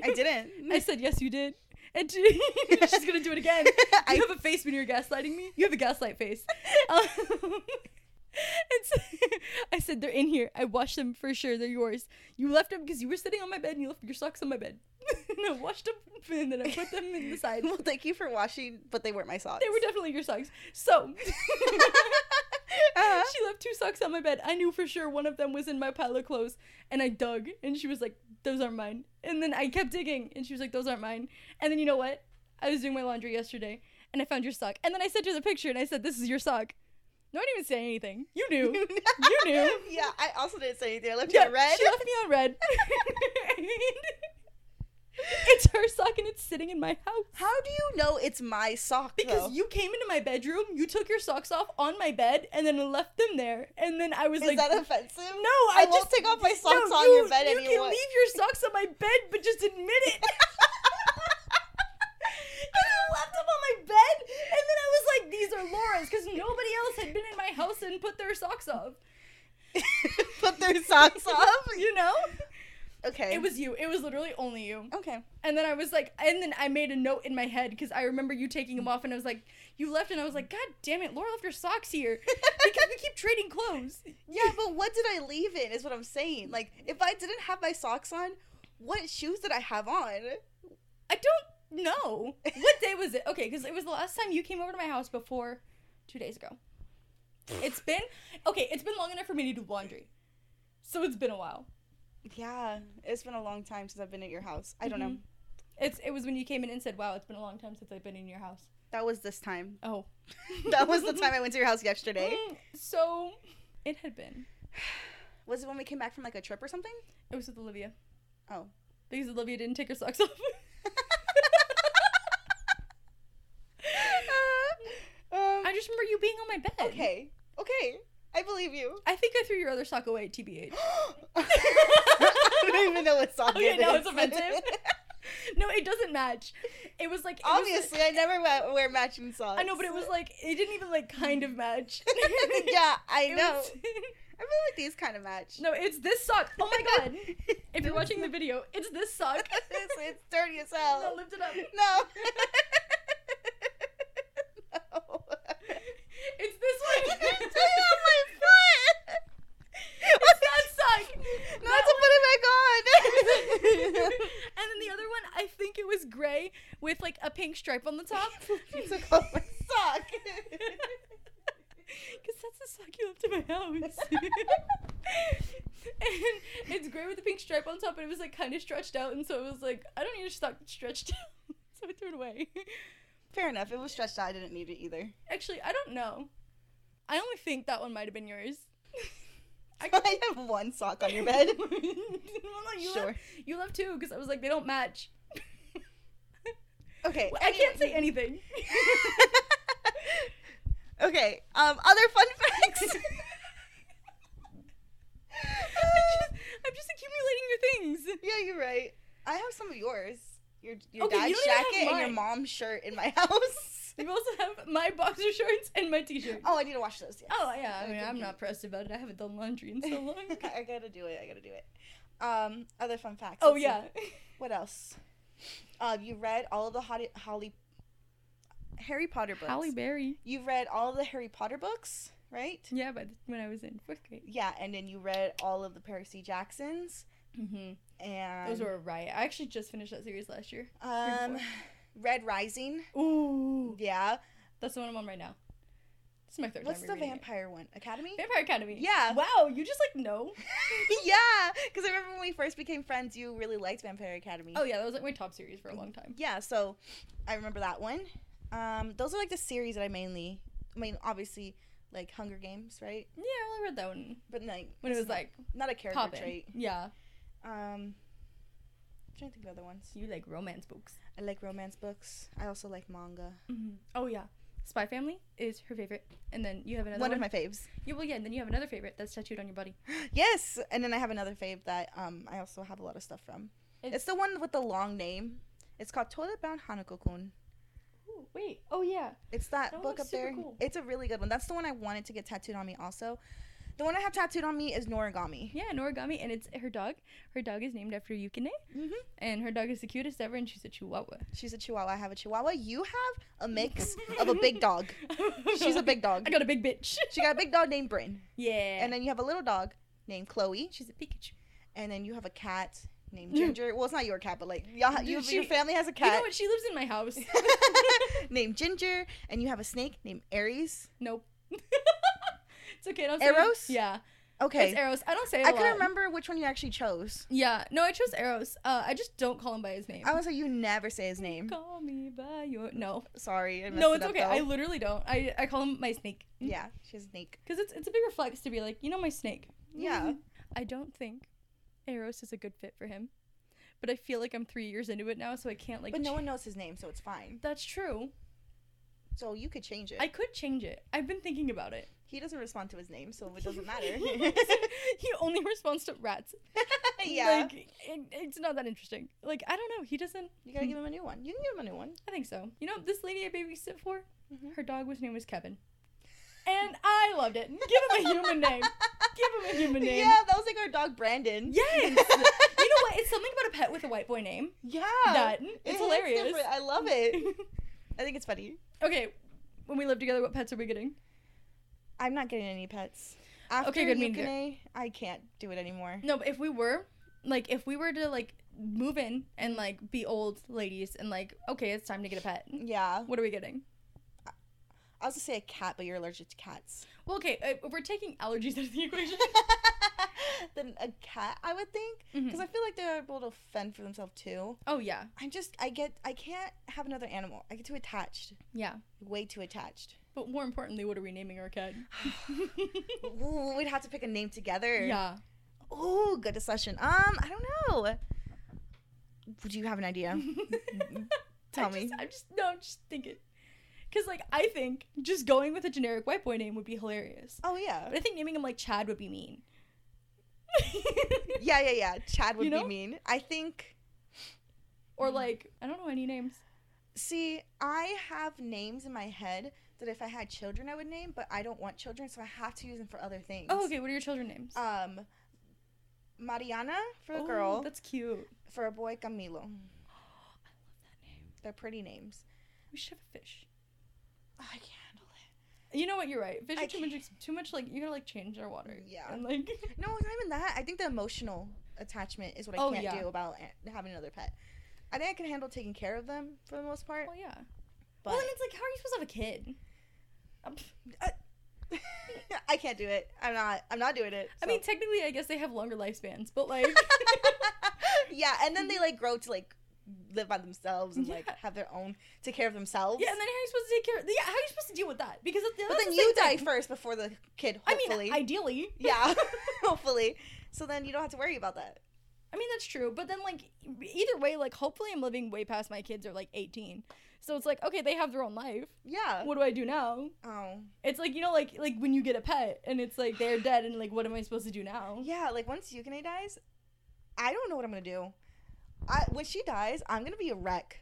A: I didn't.
B: *laughs* I said, Yes, you did. And she- *laughs* she's going to do it again.
A: *laughs* I-
B: You have a face when you're gaslighting me. You have a
A: *laughs*
B: gaslight face. Um, *laughs* and so *laughs* I said, They're in here. I washed them for sure. They're yours. You left them because you were sitting on my bed and you left your socks on my bed. *laughs* and I washed them and then I
A: *laughs*
B: put them in the side.
A: well, thank you for washing, but they weren't my socks.
B: They
A: *laughs*
B: were definitely your socks. So *laughs*
A: Uh-huh.
B: she left two socks on my bed. I knew for sure one of them was in my pile of clothes, and I dug, and she was like, "Those aren't mine." And then I kept digging, and she was like, "Those aren't mine." And then you know what? I was doing my laundry yesterday, and I found your sock. And then I sent her the picture, and I said, "This is your sock." No, I didn't even say anything. *laughs* You knew. You knew.
A: Yeah, I also didn't say anything. I left you
B: Yeah,
A: at red.
B: She left me on red. *laughs* it's her sock and it's sitting in my house.
A: How do you know it's my sock?
B: Because
A: though?
B: you came into my bedroom, you took your socks off on my bed, and then left them there. And then I was
A: is
B: like,
A: that offensive? *laughs*
B: No, I,
A: I won't
B: just
A: take off my socks
B: no,
A: on
B: you,
A: your bed
B: You can
A: anymore.
B: leave your socks on my bed, but just
A: *laughs*
B: admit it. *laughs* And I left them on my bed, and then I was like, "These are Laura's," because nobody else had been in my house and put their socks off.
A: Put their *laughs* socks off.
B: you know?
A: Okay.
B: It was you. It was literally only you.
A: okay. *laughs*
B: And then I was like, and then I made a note in my head because I remember you taking them off, and I was like, you left, and I was like, God damn it, Laura left her socks here because we keep trading clothes.
A: Yeah, but what did I leave in? Is what I'm saying. Like, if I didn't have my socks on, what shoes did I have on?
B: I don't know. What day was it? Okay, because it was the last time you came over to my house before two days ago. It's been, okay, it's been long enough for me to do laundry. So it's been a while.
A: Yeah, it's been a long time since I've been at your house. I don't know.
B: Mhm. It's It was when you came in and said, wow, it's been a long time since I've been in your house.
A: That was this time. *laughs*
B: Oh.
A: That was the time I went to your house *laughs* yesterday.
B: Mm, So it had been.
A: Was it when we came back from like a trip or something? *laughs*
B: It was with Olivia.
A: Oh.
B: Because Olivia didn't take her socks *laughs* off.
A: Um,
B: I just remember you being on my bed.
A: okay. Okay. I believe you.
B: I think I threw your other sock away, TBH.
A: I don't even know what song
B: Okay,
A: it
B: now
A: is.
B: it's offensive. no, it doesn't match. It was like it
A: *laughs*
B: was-
A: Obviously, I never wa- wear matching socks.
B: I
A: *laughs*
B: know, but it was *laughs* like it didn't even like kind of match.
A: yeah, I
B: *laughs* It
A: know.
B: was-
A: I feel like these kind of match.
B: no, it's this sock. Oh
A: *laughs*
B: my god! If you're watching the video, it's this sock.
A: it's,
B: *laughs*
A: it's dirty as
B: I
A: hell.
B: lift it up.
A: No. no.
B: *laughs*
A: *laughs*
B: It's this one. *laughs*
A: It's on my foot.
B: It's that sock.
A: Not
B: That
A: to
B: one. *laughs*
A: put
B: and
A: it
B: *laughs*
A: back on.
B: then the other one, I think it was gray with like a pink stripe on the top.
A: *laughs* You
B: *laughs*
A: took off my sock.
B: Because that's the sock you left in
A: *laughs*
B: my house. and it's gray with a pink stripe on top, and it was like kind of stretched out, and so it was like, I don't need a sock that's stretched out. *laughs* so I threw it away.
A: Fair enough. It was stretched out. I didn't need it either.
B: Actually, I don't know. I only think that one might have been yours. I
A: *laughs* I have one sock on your bed.
B: *laughs* well, no, you
A: Sure.
B: Left, you left two because I was like, they don't match.
A: Okay.
B: Well, I can't say
A: anyway.
B: anything.
A: *laughs*
B: *laughs*
A: okay. Um. Other fun *laughs*
B: *laughs*
A: facts.
B: I'm just accumulating your things.
A: yeah, you're right. I have some of yours. Your your
B: Okay, you
A: dad's
B: don't even have
A: jacket and your
B: mine.
A: mom's shirt in my *laughs* house.
B: You also have my boxer shorts and my t-shirt.
A: Oh, I need to wash those. Yes.
B: Oh yeah, I mean
A: Okay,
B: I'm
A: good. *laughs*
B: not *laughs* pressed about it. I haven't done laundry in so *laughs* long.
A: I gotta do it. I gotta do it. Um. Other fun facts.
B: oh
A: Let's see.
B: yeah.
A: What else? Um. You read all of the Holly, Holly Harry Potter books.
B: Berry.
A: You've read all of the Harry Potter books, right?
B: Yeah, but when I was in fourth grade.
A: Yeah, and then you read all of the Percy Jacksons
B: Mm-hmm.
A: and
B: Those were right. I actually just finished that series last year.
A: um Red Rising.
B: Ooh,
A: Yeah.
B: that's the one I'm on right now. It's my third
A: What's
B: time
A: the
B: rereading it.
A: vampire one? Academy?
B: Vampire Academy.
A: Yeah.
B: Wow, you just like know.
A: *laughs* yeah, because I remember when we first became friends, you really liked Vampire Academy.
B: Oh yeah, that was like my top series for a long time.
A: yeah, so I remember that one. Um, those are like the series that I mainly, I mean, obviously like Hunger Games, right?
B: Yeah, well, I read that one
A: But like
B: when it
A: it's
B: was
A: not-
B: like
A: not a character
B: popping.
A: trait.
B: Yeah,
A: Um, I'm trying to think of other ones.
B: you like romance books.
A: I like romance books. I also like manga.
B: Mhm. Oh yeah, Spy Family is her favorite, and then you have another
A: one
B: one.
A: of my faves.
B: yeah, well yeah, and then you have another favorite that's tattooed on your body.
A: Yes, and then I have another fave that um I also have a lot of stuff from. It's,
B: It's-
A: the one with the long name. It's called Toilet Bound Hanako-kun.
B: Ooh, wait, oh yeah,
A: It's that,
B: That one
A: book
B: looks
A: up there.
B: super cool.
A: It's a really good one. That's the one I wanted to get tattooed on me also. The one I have tattooed on me is Norigami.
B: yeah, an origami, and it's her dog. Her dog is named after Yukine,
A: hmm
B: and her dog is the cutest ever, and she's
A: *laughs*
B: a Chihuahua.
A: She's a chihuahua. I have a chihuahua. You have a mix of a big dog. She's *laughs* a big dog.
B: *laughs* I got a big bitch.
A: She got a big dog named Bryn.
B: yeah,
A: And then you have a little dog named Chloe.
B: she's a Pikachu.
A: And then you have a cat
B: *laughs*
A: named Ginger. well, it's not your cat, but like y'all, ha-
B: Dude,
A: you, your
B: she-
A: family has a
B: You know
A: cat
B: what? She lives in
A: *laughs*
B: my house. *laughs*
A: named Ginger. And you have a snake named Aries.
B: nope. *laughs* it's okay. I don't say it.
A: Eros?
B: Yeah.
A: Okay.
B: It's Eros. I don't say it. I
A: I
B: a lot.
A: couldn't remember which one you actually chose.
B: Yeah. No, I chose Eros. Uh, I just don't call him by his name.
A: I was like, you never say his name.
B: call me by your no.
A: Sorry. I messed
B: No,
A: it
B: it's
A: up,
B: okay.
A: though.
B: I literally don't. I I call him my snake.
A: yeah, she's a snake.
B: Because it's it's a bigger flex to be *laughs* like, you know, my snake.
A: Yeah.
B: I don't think Eros is a good fit for him, but I feel like I'm three years into it now, so I can't like.
A: but no
B: ch-
A: one knows his name, so it's fine.
B: That's true.
A: So you could change it.
B: I could change it. I've been thinking about it.
A: he doesn't respond to his name, so it doesn't matter.
B: *laughs*
A: *laughs*
B: he only responds to rats.
A: yeah.
B: Like, it, it's not that interesting. Like, I don't know. He doesn't.
A: you gotta give him a new one. You can give him a new one.
B: I think so. You know, this lady I babysit for,
A: Mhm.
B: her dog was name was Kevin. And I loved it. Give him a
A: *laughs*
B: human name. Give him a human name.
A: Yeah, that was like our dog Brandon.
B: Yes. you know what? It's something about a pet with a white boy name.
A: Yeah.
B: That
A: It
B: it's
A: hits
B: hilarious.
A: different. I love
B: *laughs*
A: it. I think it's funny.
B: okay, when we live together, what pets are we getting?
A: I'm not getting any pets. After
B: Okay, good, me neither.
A: Yukine, I can't do it anymore.
B: No, but if we were, like, if we were to like move in and like be old ladies and like, okay, it's time to get a pet.
A: Yeah.
B: What are we getting?
A: I was gonna say a cat, but you're allergic to
B: *laughs*
A: cats.
B: Well, okay, uh, we're taking allergies out of the *laughs* equation.
A: then a cat, I would think,
B: Mm-hmm.
A: because I feel like they're able to fend for themselves too.
B: Oh yeah,
A: I'm just, I get, I can't have another animal. I get too attached.
B: yeah.
A: Way too attached.
B: But more importantly, what are we naming our *sighs* cat? *laughs*
A: Ooh, we'd have to pick a name together.
B: yeah.
A: Ooh, good discussion. Um, I don't know. Do you have an
B: *laughs*
A: idea? Tell
B: I
A: me.
B: Just, I'm just no, I'm just thinking. Cause like I think just going with a generic white boy name would be hilarious.
A: Oh yeah.
B: But I think naming him like Chad would be mean. *laughs*
A: Yeah, yeah, yeah. Chad would
B: You know?
A: be mean. I think.
B: Or like I don't know any names.
A: See, I have names in my head that if I had children, I would name, but I don't want children, so I have to use them for other things.
B: Oh, okay. What are your children names?
A: Um, Mariana for a
B: Oh,
A: girl,
B: That's cute.
A: for a boy Camilo. *gasps* They're pretty names.
B: We should have a fish.
A: Oh, I can't
B: You know what? You're right. Fish
A: I
B: are too much. ex- Too much. Like you gotta like change our water.
A: Yeah.
B: And like. *laughs*
A: handle it. No, it's not even that. I think the emotional attachment is what I
B: Oh,
A: can't
B: yeah.
A: do about a- having another pet. I think I can handle taking care of them for the most part,
B: Well, yeah.
A: but
B: well, and it's like, how are you supposed to have a kid? Um,
A: *laughs* I can't do it. I'm not. I'm not doing it.
B: I
A: so.
B: mean, technically, I guess they have longer lifespans, but
A: *laughs*
B: like,
A: yeah, and then they like grow to like live by themselves and like
B: Mm-hmm. Yeah.
A: have their own take care of themselves.
B: yeah. And then how are you supposed to take care? Of, yeah, how are you supposed to deal with that? Because that's the,
A: but
B: that's
A: then
B: the
A: you
B: same
A: die
B: thing.
A: first before the kid.
B: I
A: Hopefully,
B: mean, ideally.
A: *laughs*
B: *laughs*
A: yeah, hopefully. So then you don't have to worry about that.
B: I mean, that's true. But then, like, either way, like, hopefully, I'm living way past my kids are like 18. So it's like, okay, they have their own life.
A: Yeah.
B: What do I do now?
A: Oh.
B: It's like you know, like like when you get a pet and it's like they're dead and like what am I supposed to do now?
A: Yeah. Like once Yukine dies, I don't know what I'm gonna do. I when she dies, I'm gonna be a wreck.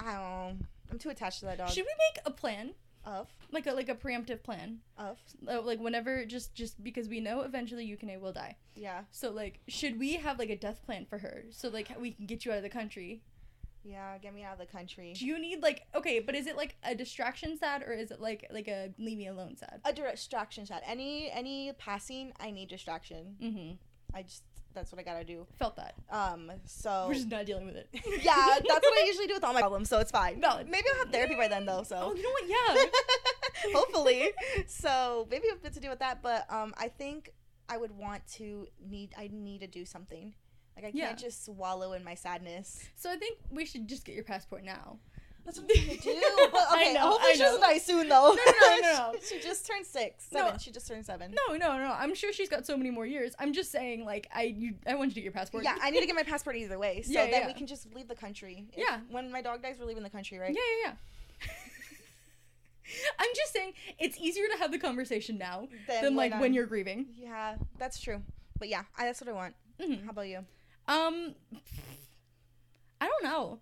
A: I don't. I'm too attached to that dog.
B: Should we make a plan,
A: of
B: like a like a preemptive plan,
A: of
B: Uh, like whenever just just because we know eventually Yukine will die.
A: yeah
B: So like, should we have like a death plan for her? So like, we can get you out of the country.
A: yeah get me out of the country.
B: Do you need like okay, but is it like a distraction sad or is it like like a leave me alone sad?
A: A distraction shot. Any any passing, I need distraction.
B: Mm-hmm.
A: I just that's what I gotta do.
B: Felt that.
A: Um, so
B: We're just not dealing with it.
A: *laughs* yeah, that's what I usually do with all my problems, so it's fine.
B: Valid.
A: Maybe I'll have therapy by then though,
B: *laughs* Oh,
A: so
B: you know what? Yeah.
A: *laughs* hopefully. So maybe I'll have a bit to do with that, but um, I think I would want to need I need to do something. Like I can't
B: Yeah.
A: just swallow in my sadness.
B: so I think we should just get your passport now.
A: That's what I'm gonna
B: *laughs*
A: do. But
B: *laughs* I
A: okay,
B: know,
A: hopefully
B: I
A: she'll
B: know.
A: die soon though.
B: No, no, no, no.
A: *laughs* she, she just turned six,
B: No.
A: seven. She just turned seven.
B: No, no, no. I'm sure she's got so many more years. I'm just saying, like, I you, I want you to get your passport.
A: Yeah, I need to get my passport either way, so
B: Yeah,
A: that
B: yeah.
A: we can just leave the country. If-
B: Yeah.
A: When my dog dies, we're leaving the country,
B: yeah,
A: right?
B: yeah, *laughs* yeah. I'm just saying it's easier to have the conversation now
A: Then
B: than
A: why
B: like
A: not?
B: when you're grieving.
A: Yeah, that's true. But yeah, I, that's what I want.
B: Mhm.
A: How about you?
B: Um, I don't know.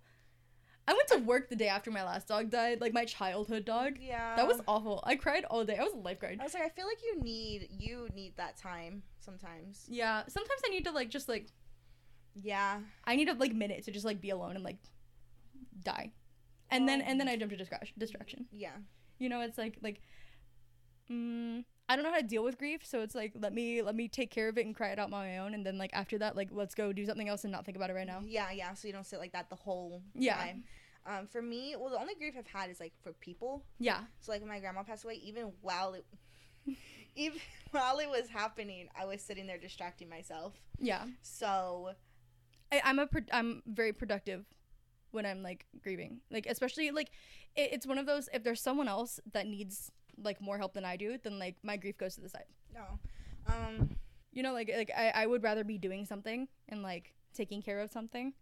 B: I went to work the day after my last dog died, like my childhood dog.
A: Yeah,
B: That was awful. I cried all day. I was a lifeguard.
A: I was like, I feel like you need you need that time sometimes.
B: Yeah. Sometimes I need to like just like
A: Yeah.
B: I need a like minute to just like be alone and like die, and then
A: Well-
B: and then I jump to distraction. Distraction.
A: Yeah.
B: You know, it's like like, mm, I don't know how to deal with grief, so it's like let me let me take care of it and cry it out on my own, and then like after that, like let's go do something else and not think about it right now.
A: Yeah, yeah. So you don't sit like that the whole
B: Yeah.
A: time. Um, for me, well, the only grief I've had is like for people.
B: Yeah.
A: So like when my grandma passed away, even while it, *laughs* even *laughs* while it was happening, I was sitting there distracting myself.
B: Yeah.
A: So
B: I, I'm a pro- I'm very productive when I'm like grieving. Like especially like it, it's one of those if there's someone else that needs like more help than I do, then like my grief goes to the side.
A: no, um,
B: You know, like like I, I would rather be doing something and like taking care of something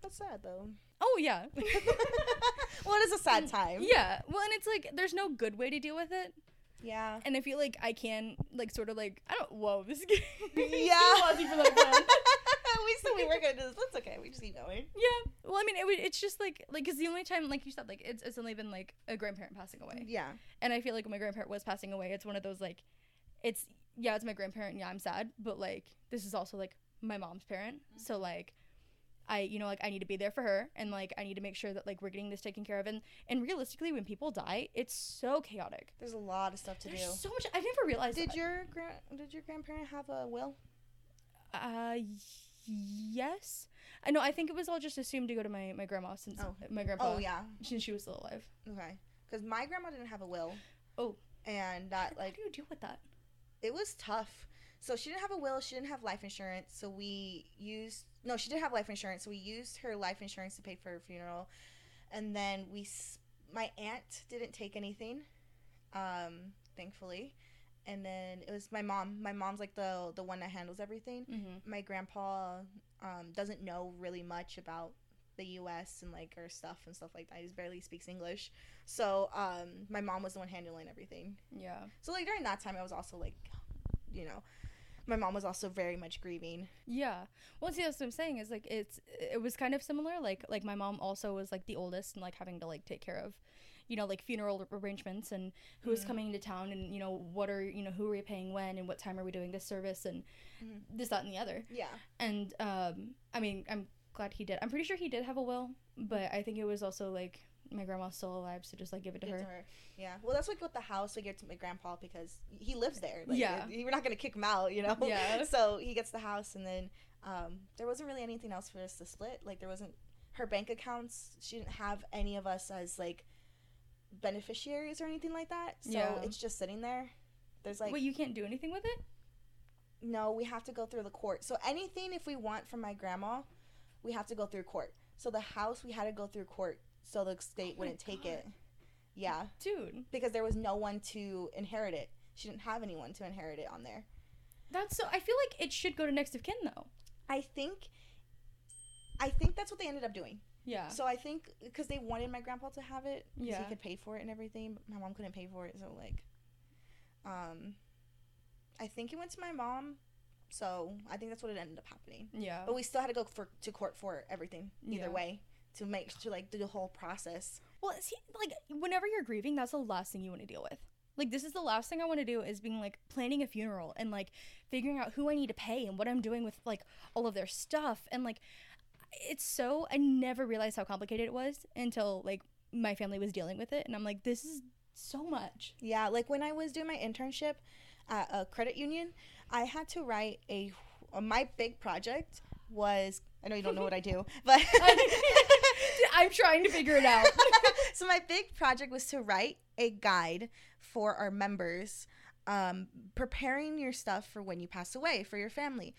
A: That's sad though.
B: Oh yeah.
A: *laughs* well, it is a sad time.
B: Mm, yeah. Well, and it's like there's no good way to deal with it.
A: Yeah.
B: And I feel like I can like sort of like I don't whoa, this is getting
A: *laughs*
B: *laughs*
A: Yeah.
B: lousy for that one.
A: *laughs* we said we were gonna do this. That's okay. We just keep going.
B: Yeah. Well, I mean, it, would- it's just like like because the only time like you said like it's it's only been like a grandparent passing away,
A: Yeah.
B: and I feel like when my grandparent was passing away, it's one of those like, it's yeah, it's my grandparent, yeah, I'm sad, but like this is also like my mom's parent, so like. I you know like I need to be there for her and like I need to make sure that like we're getting this taken care of and and realistically when people die it's so chaotic.
A: There's a lot of stuff to
B: There's
A: do.
B: so much I never realized.
A: did
B: that.
A: your grand did your grandparent have a will?
B: Uh, y- yes. I know. I think it was all just assumed to go to my my grandma since
A: Oh.
B: my grandpa
A: Oh yeah.
B: since she was still alive.
A: Okay. Because my grandma didn't have a will.
B: Oh.
A: And that
B: Like, how
A: like
B: do you deal with that?
A: it was tough. So she didn't have a will. She didn't have life insurance. So we used no, she did have life insurance. So we used her life insurance to pay for her funeral, and then we s- my aunt didn't take anything, um, thankfully, and then it was my mom. My mom's like the the one that handles everything.
B: Mm-hmm.
A: My grandpa um, doesn't know really much about the U.S. and like our stuff and stuff like that. He barely speaks English. So um, my mom was the one handling everything.
B: Yeah.
A: So like during that time, I was also like, you know, my mom was also very much grieving.
B: Yeah. Well, see, that's what I'm saying is like it's it was kind of similar. Like like my mom also was like the oldest and like having to like take care of, you know, like funeral arrangements and who's
A: Mhm.
B: coming into town and you know what are you know who are we paying when and what time are we doing this service and
A: Mhm.
B: this that and the other.
A: Yeah,
B: and um i mean i'm glad he did i'm pretty sure he did have a will but i think it was also like my grandma's still alive so just like give it to
A: Good
B: her
A: to her. Yeah. Well, that's like with the house we gave to my grandpa because he lives there. Like,
B: Yeah.
A: We're not gonna kick him out, you know.
B: Yeah.
A: *laughs* So he gets the house, and then um, there wasn't really anything else for us to split. Like there wasn't her bank accounts. She didn't have any of us as like beneficiaries or anything like that. So
B: Yeah.
A: it's just sitting there. There's like
B: wait you can't do anything with it
A: no, we have to go through the court. So anything if we want from my grandma, we have to go through court. So the house we had to go through court so the state
B: Oh my
A: wouldn't take
B: God.
A: it. Yeah,
B: dude
A: because there was no one to inherit it. She didn't have anyone to inherit it on there.
B: that's so i feel like it should go to next of kin though
A: I think I think that's what they ended up doing.
B: yeah
A: So I think because they wanted my grandpa to have it, because
B: Yeah.
A: he could pay for it and everything. But my mom couldn't pay for it, so like, um, I think it went to my mom. So I think that's what it ended up happening.
B: yeah
A: But we still had to go for to court for everything either
B: Yeah.
A: way to make to like do the whole process.
B: well see like whenever you're grieving that's the last thing you want to deal with like this is the last thing i want to do is being like planning a funeral and like figuring out who i need to pay and what i'm doing with like all of their stuff and like it's so i never realized how complicated it was until like my family was dealing with it and i'm like this is so much *laughs*
A: Yeah, like when I was doing my internship at a credit union, I had to write a my big project was I know you don't know what *laughs* I do, but
B: *laughs* i'm trying to figure it out
A: *laughs* so my big project was to write a guide for our members um, preparing your stuff for when you pass away for your family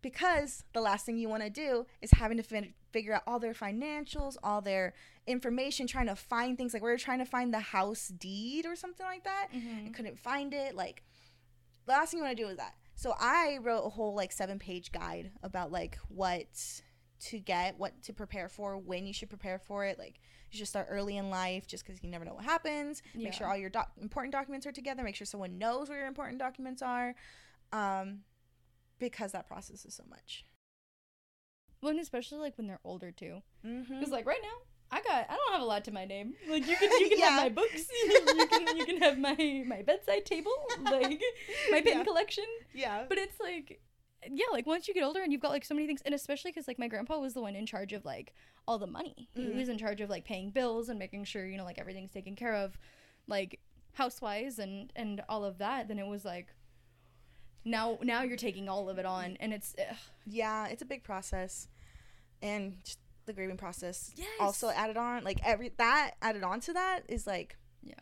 A: because the last thing you want to do is having to fin- figure out all their financials all their information trying to find things like we were trying to find the house deed or something like that
B: Mm-hmm.
A: I couldn't find it like the last thing you want to do is that so i wrote a whole like seven page guide about like what to get what to prepare for when you should prepare for it like you should start early in life just because you never know what happens make sure
B: Yeah.
A: all your doc- important documents are together make sure someone knows where your important documents are um, because that process is so much
B: well and especially like when they're older too
A: mm-hmm. *laughs*
B: Because like right now, I got I don't have a lot to my name. Like you can you can
A: Yeah.
B: have my books, *laughs* *laughs* you can you can have my my bedside table, like my
A: *laughs*
B: pen
A: Yeah.
B: collection.
A: yeah
B: But it's like yeah, like once you get older and you've got like so many things, and especially because like my grandpa was the one in charge of like all the money.
A: Mhm.
B: He was in charge of like paying bills and making sure you know like everything's taken care of, like housewise and and all of that. Then it was like. Now, now you're taking all of it on, and it's ugh,
A: yeah it's a big process and just the grieving process
B: yes.
A: also added on like every that added on to that is like
B: yeah.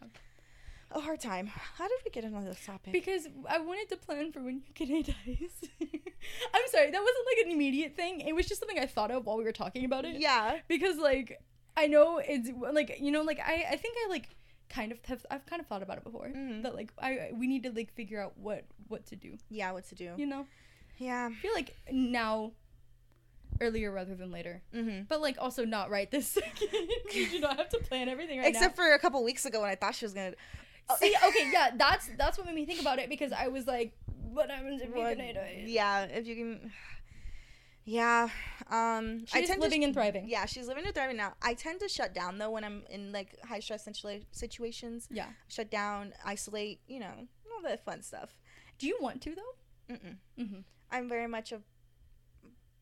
A: a hard time how did we get into this topic
B: Because I wanted to plan for when Yukine dies. *laughs* I'm sorry, that wasn't like an immediate thing. It was just something I thought of while we were talking about it.
A: yeah
B: Because like I know it's like you know like I I think I like kind of have I've kind of thought about it before
A: Mhm.
B: that like I I- we need to like figure out what what to do.
A: yeah what to do
B: You know,
A: yeah
B: I feel like now earlier rather than later.
A: Mm-hmm.
B: But like also not right this *laughs* second. you do not have to plan everything right
A: Except for a couple weeks ago when I thought she was gonna.
B: now. See, okay,
A: *laughs*
B: yeah, that's that's what made me think about it because I was like, what happens if you
A: Well,
B: can die?
A: yeah, if you can. Yeah, um,
B: She's living
A: to,
B: and thriving.
A: Yeah, she's living and thriving now. I tend to shut down though when I'm in like high stress situa- situations.
B: Yeah.
A: shut down, isolate. You know, all that fun stuff.
B: Do you want to though?
A: Mm-mm.
B: Mhm.
A: I'm very much a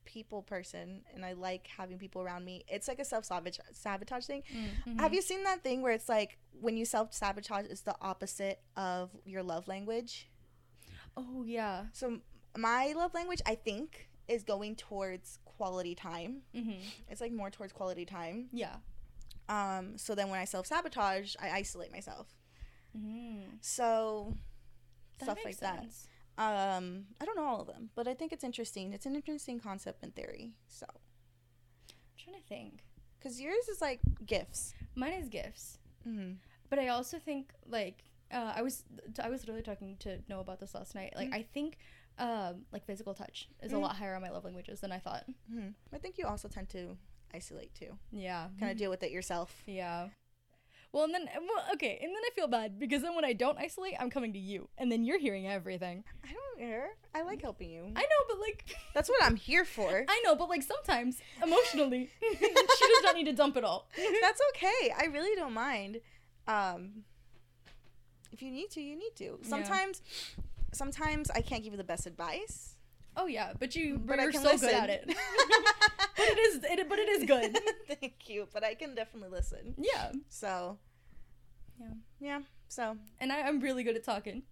A: people person, and I like having people around me. It's like a self sabotage sabotage thing.
B: Mm-hmm.
A: Have you seen that thing where it's like when you self sabotage, it's the opposite of your love language? Mm-hmm.
B: Oh yeah.
A: So m- my love language, I think, is going towards quality time.
B: hmm
A: It's like more towards quality time.
B: Yeah.
A: Um, so then when I self sabotage, I isolate myself.
B: Mm.
A: So
B: That
A: Mm-hmm. stuff like
B: makes sense.
A: that. Um, I don't know all of them, but I think it's interesting. It's an interesting concept and theory. So
B: I'm trying to think.
A: because yours is like gifts.
B: Mine is gifts.
A: Mm-hmm.
B: but I also think like uh, I was I was literally talking to Noah about this last night. Like
A: Mm.
B: I think um, like physical touch is a
A: Mm.
B: lot higher on my love languages than I thought.
A: I think you also tend to isolate too.
B: Yeah,
A: Kind of deal with it yourself.
B: yeah. Well, and then uh, well, okay, and then I feel bad because then when I don't isolate, I'm coming to you, and then you're hearing everything.
A: I don't care. Mm. I *laughs* like helping you.
B: I know, but like
A: Mm. That's what I'm here
B: *laughs*
A: for.
B: I know, but like sometimes
A: *laughs*
B: emotionally, *laughs* she does not need to dump it all. *laughs*
A: That's okay. I really don't mind. Um, if you need to, you need to.
B: Yeah.
A: Sometimes, sometimes I can't give you the best advice,
B: Oh yeah, but you
A: but
B: but you're
A: I can
B: so
A: listen.
B: good
A: *laughs*
B: at it. *laughs* but it is it, but it is good.
A: Thank you. But I can definitely listen.
B: Yeah,
A: So,
B: Yeah.
A: yeah. So *laughs*
B: and I, I'm really good at talking.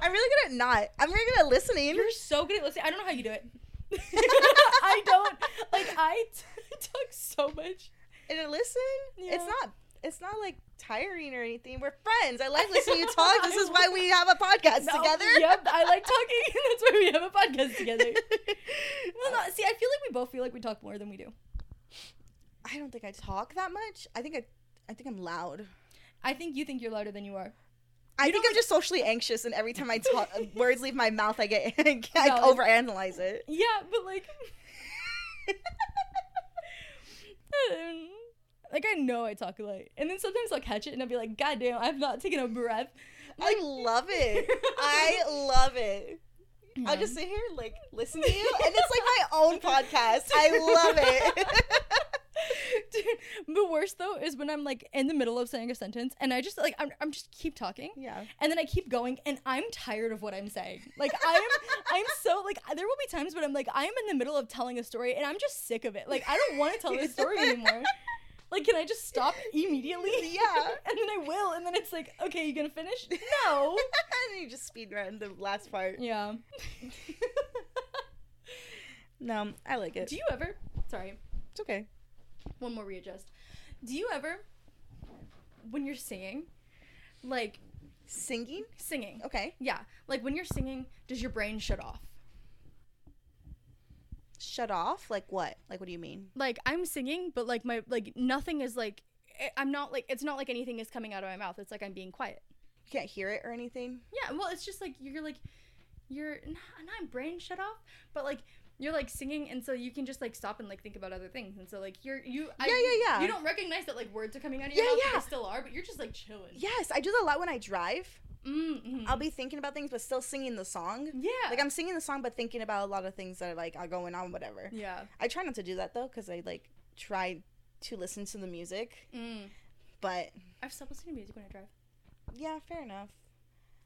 A: I'm really good at not. I'm really good at listening.
B: You're so good at listening. I don't know how you
A: *laughs*
B: do it. I don't like. I *laughs* t- talk so much.
A: and to listen,
B: Yeah.
A: it's not. It's not like tiring or anything. We're friends. I like listening
B: *laughs*
A: to you talk. This is why we have a podcast
B: No,
A: together.
B: Yep, I like talking. *laughs* That's why we have a podcast together.
A: *laughs*
B: Well, no, see, I feel like we both feel like we talk more than we do.
A: I don't think I talk that much. I think I, I think I'm loud.
B: I think you think you're louder than you are.
A: I think I'm just socially anxious, and every time I
B: *laughs*
A: talk, uh, words leave my mouth. I get, *laughs* I
B: No.
A: overanalyze
B: *laughs*
A: it.
B: Yeah, but like, um, like I know I talk a lot, and then sometimes I'll catch it and I'll be like, "God damn, I've not taken a breath."
A: I love it.
B: *laughs*
A: I love it. I'll
B: Yeah.
A: just sit here and like listen to you, and it's like my
B: *laughs*
A: own podcast. I love it. *laughs*
B: Dude, the worst though is when I'm like in the middle of saying a sentence and I just like I'm, I'm just keep talking
A: yeah.
B: and then I keep going and I'm tired of what I'm saying. Like I am I'm so like there will be times when I'm like I am in the middle of telling a story and I'm just sick of it. Like I don't want to tell this story
A: *laughs*
B: anymore. Like can I just stop immediately?
A: Yeah.
B: *laughs* and then I will and then it's like okay, you going to finish? No.
A: *laughs* and you just speed run the last part.
B: yeah.
A: *laughs* No, I like it.
B: Do you ever Sorry.
A: It's okay.
B: one more readjust. Do you ever, when you're singing, like
A: Singing?
B: singing,
A: Okay.
B: yeah, like when you're singing, does your brain shut off?
A: Shut off? Like what? Like what do you mean?
B: Like I'm singing, but like my like nothing is like I- I'm not like it's not like anything is coming out of my mouth. It's like I'm being quiet.
A: You can't hear it or anything?
B: Yeah, well, it's just like you're like you're not, not brain shut off, but like you're like singing, and so you can just like stop and like think about other things, and so like you're you
A: Yeah, yeah, yeah.
B: you don't recognize that like words are coming out of your
A: Yeah,
B: mouth,
A: yeah.
B: but they still are, but you're just like chilling.
A: Yes, I do that a lot when I drive.
B: Mm-hmm.
A: I'll be thinking about things but still singing the song.
B: yeah,
A: Like "Ah." I'm singing the song but thinking about a lot of things that are like are going on whatever.
B: yeah.
A: I try not to do that though cuz I like try to listen to the music,
B: Mm.
A: but
B: I've stopped listening to music when I drive.
A: yeah, fair enough.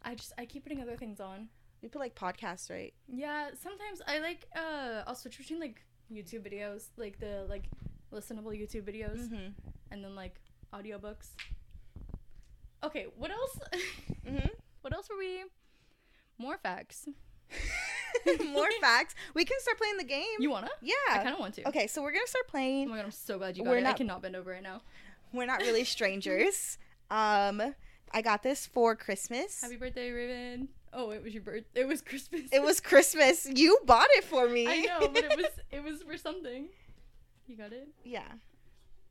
B: I just I keep putting other things on.
A: We put like podcasts, right?
B: Yeah, sometimes I like uh I'll switch between like YouTube videos, like the like listenable YouTube videos,
A: Mhm.
B: and then like audiobooks. Okay, what else?
A: Mhm.
B: *laughs* what else were we? More facts.
A: Mm-hmm. *laughs* More facts. We can start playing the game.
B: You wanna? I
A: yeah.
B: kind of want to.
A: Okay, so we're going to start playing
B: Oh my god, I'm so glad you got
A: We're
B: it. I
A: not-
B: cannot bend over right now.
A: We're not
B: *laughs*
A: really strangers. um, I got this for Christmas.
B: Happy birthday, Raven. Oh, it was your birth. It was Christmas.
A: It was Christmas. You bought it for me.
B: *laughs* I know, but it was it was for something. You got it.
A: *laughs* yeah.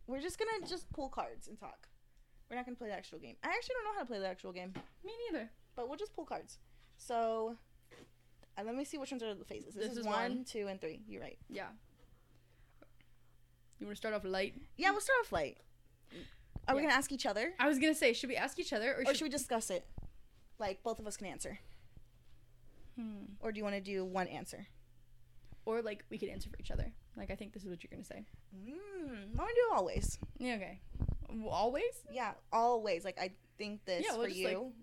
A: We're just gonna just pull cards and talk. We're not gonna play the actual game. I actually don't know how to play the actual game,
B: Me neither.
A: but we'll just pull cards. So Uh, let me see which ones are the phases. This,
B: This
A: is,
B: is
A: one,
B: one.
A: two, and three. You're right.
B: Yeah. You want to start off light?
A: Yeah, we'll start off light. Are we
B: Yeah.
A: gonna ask each other,
B: I was gonna say, should we ask each other, or,
A: or should we discuss it? Like both of us can answer,
B: Hmm.
A: or do you want to do one answer?
B: or like we could answer for each other? Like I think this is what you're gonna say. Hmm,
A: Mm, I'm gonna do always.
B: Yeah. Okay. W- Always?
A: Yeah, always. Like I think this
B: Yeah, we'll
A: for
B: just,
A: you,
B: like-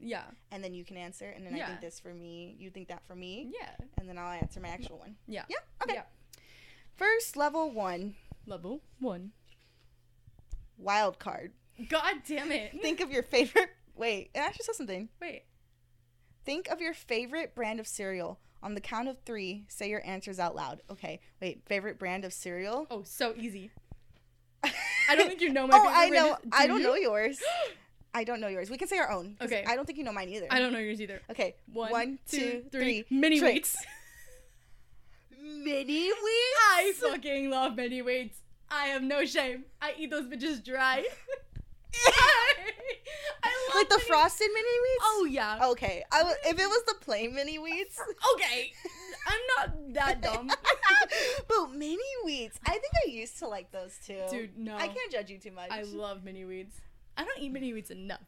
B: Yeah.
A: and then you can answer, and then I
B: Yeah.
A: think this for me. You think that for me,
B: Yeah.
A: and then I'll answer my actual one.
B: Yeah.
A: Yeah. Okay.
B: Yeah.
A: First level one
B: Level one.
A: wild
B: *laughs*
A: card.
B: God damn it!
A: Think of your favorite. Wait, I actually saw something.
B: Wait.
A: Think of your favorite brand of cereal. On the count of three, say your answers out loud. Okay, wait. Favorite brand of cereal?
B: Oh, so easy. Oh,
A: *laughs*
B: I don't think you know my.
A: oh,
B: favorite
A: I
B: brand
A: know.
B: is- do
A: I don't
B: you?
A: know yours. I don't know yours. We can say our own. 'cause
B: Okay.
A: I don't think you know mine either.
B: I don't know yours either.
A: Okay.
B: One, two, three.
A: three.
B: Mini
A: Trick.
B: weights.
A: *laughs* Mini wheats.
B: I fucking love mini weights. I have no shame. I eat those bitches dry. *laughs* I love
A: like the
B: mini-
A: frosted mini wheats.
B: Oh yeah.
A: Okay. I w- if it was the plain mini wheats. *laughs*
B: Okay. I'm not that *laughs* dumb.
A: but mini wheats. I think I used to like those too.
B: Dude, no.
A: I can't judge you too much.
B: I love mini weeds. I don't eat mini weeds enough.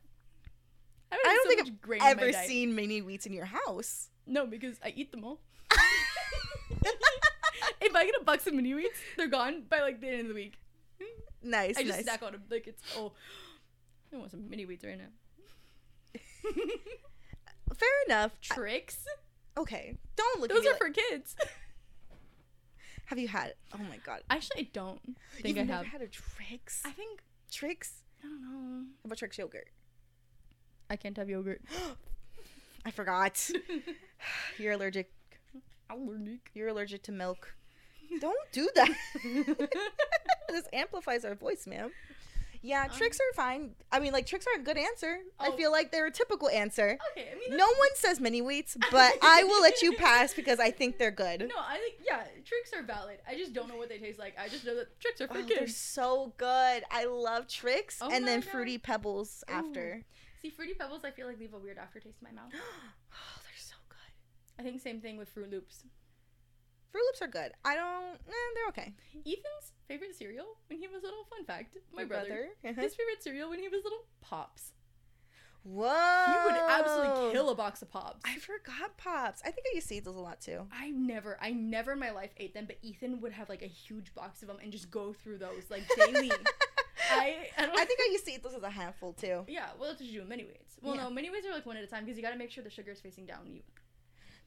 B: I,
A: I
B: have
A: don't
B: so
A: think
B: much grain in my
A: Ever
B: diet.
A: seen mini wheats in your
B: *laughs*
A: house? *laughs*
B: No, because I eat them all. *laughs* If I get a box of mini weeds, they're gone by like the end of the week.
A: nice.
B: I just
A: nice.
B: snack on them like it's oh, I want some mini weeds
A: *laughs*
B: right now.
A: Fair enough. I-
B: Tricks?
A: okay. Don't look
B: Those
A: at me.
B: are
A: like-
B: for kids.
A: have you had? Oh my god.
B: Actually, I
A: *laughs*
B: don't think
A: You've
B: I
A: never
B: have.
A: had a tricks.
B: I think
A: tricks.
B: I don't know.
A: How about tricks yogurt?
B: I can't
A: *laughs*
B: have *laughs* yogurt.
A: I
B: *laughs*
A: forgot. You're allergic.
B: Allergic.
A: You're allergic to milk. Don't do
B: *laughs*
A: that. this amplifies our voice, ma'am. Yeah, tricks are fine. I mean, like tricks are a good answer. I
B: Um, Oh.
A: feel like they're a typical answer.
B: Okay, I mean
A: No one says mini wheats, but I will let you pass because I think they're good.
B: No, I think yeah, tricks are valid. I just don't know what they taste like. I just know that tricks are for
A: Oh, they're
B: *laughs* kids.
A: so good. I love tricks
B: Oh
A: and
B: my
A: then
B: God.
A: fruity pebbles after.
B: See, fruity pebbles, I feel like leave a weird aftertaste in my mouth.
A: oh, *gasps* they're so good.
B: *gasps* I think same thing with Fruit Loops.
A: Fruit Loops are good. I don't. Eh, they're okay.
B: Ethan's favorite cereal when he was little. Fun fact: my, brother,
A: uh-huh.
B: his favorite cereal when he was little, Pops.
A: Whoa.
B: *laughs* You would absolutely kill a box of Pops.
A: I forgot pops. I think I used to eat those a lot too.
B: I never, I never in my life ate them, but Ethan would have like a huge box of them and just go through those like
A: *laughs*
B: daily. I, I don't
A: I think I used to eat those as a handful too.
B: *laughs* Yeah, well, that's what you do in many ways. Well,
A: Yeah.
B: no, many ways are like one at a time because you got to make sure the sugar is facing down. You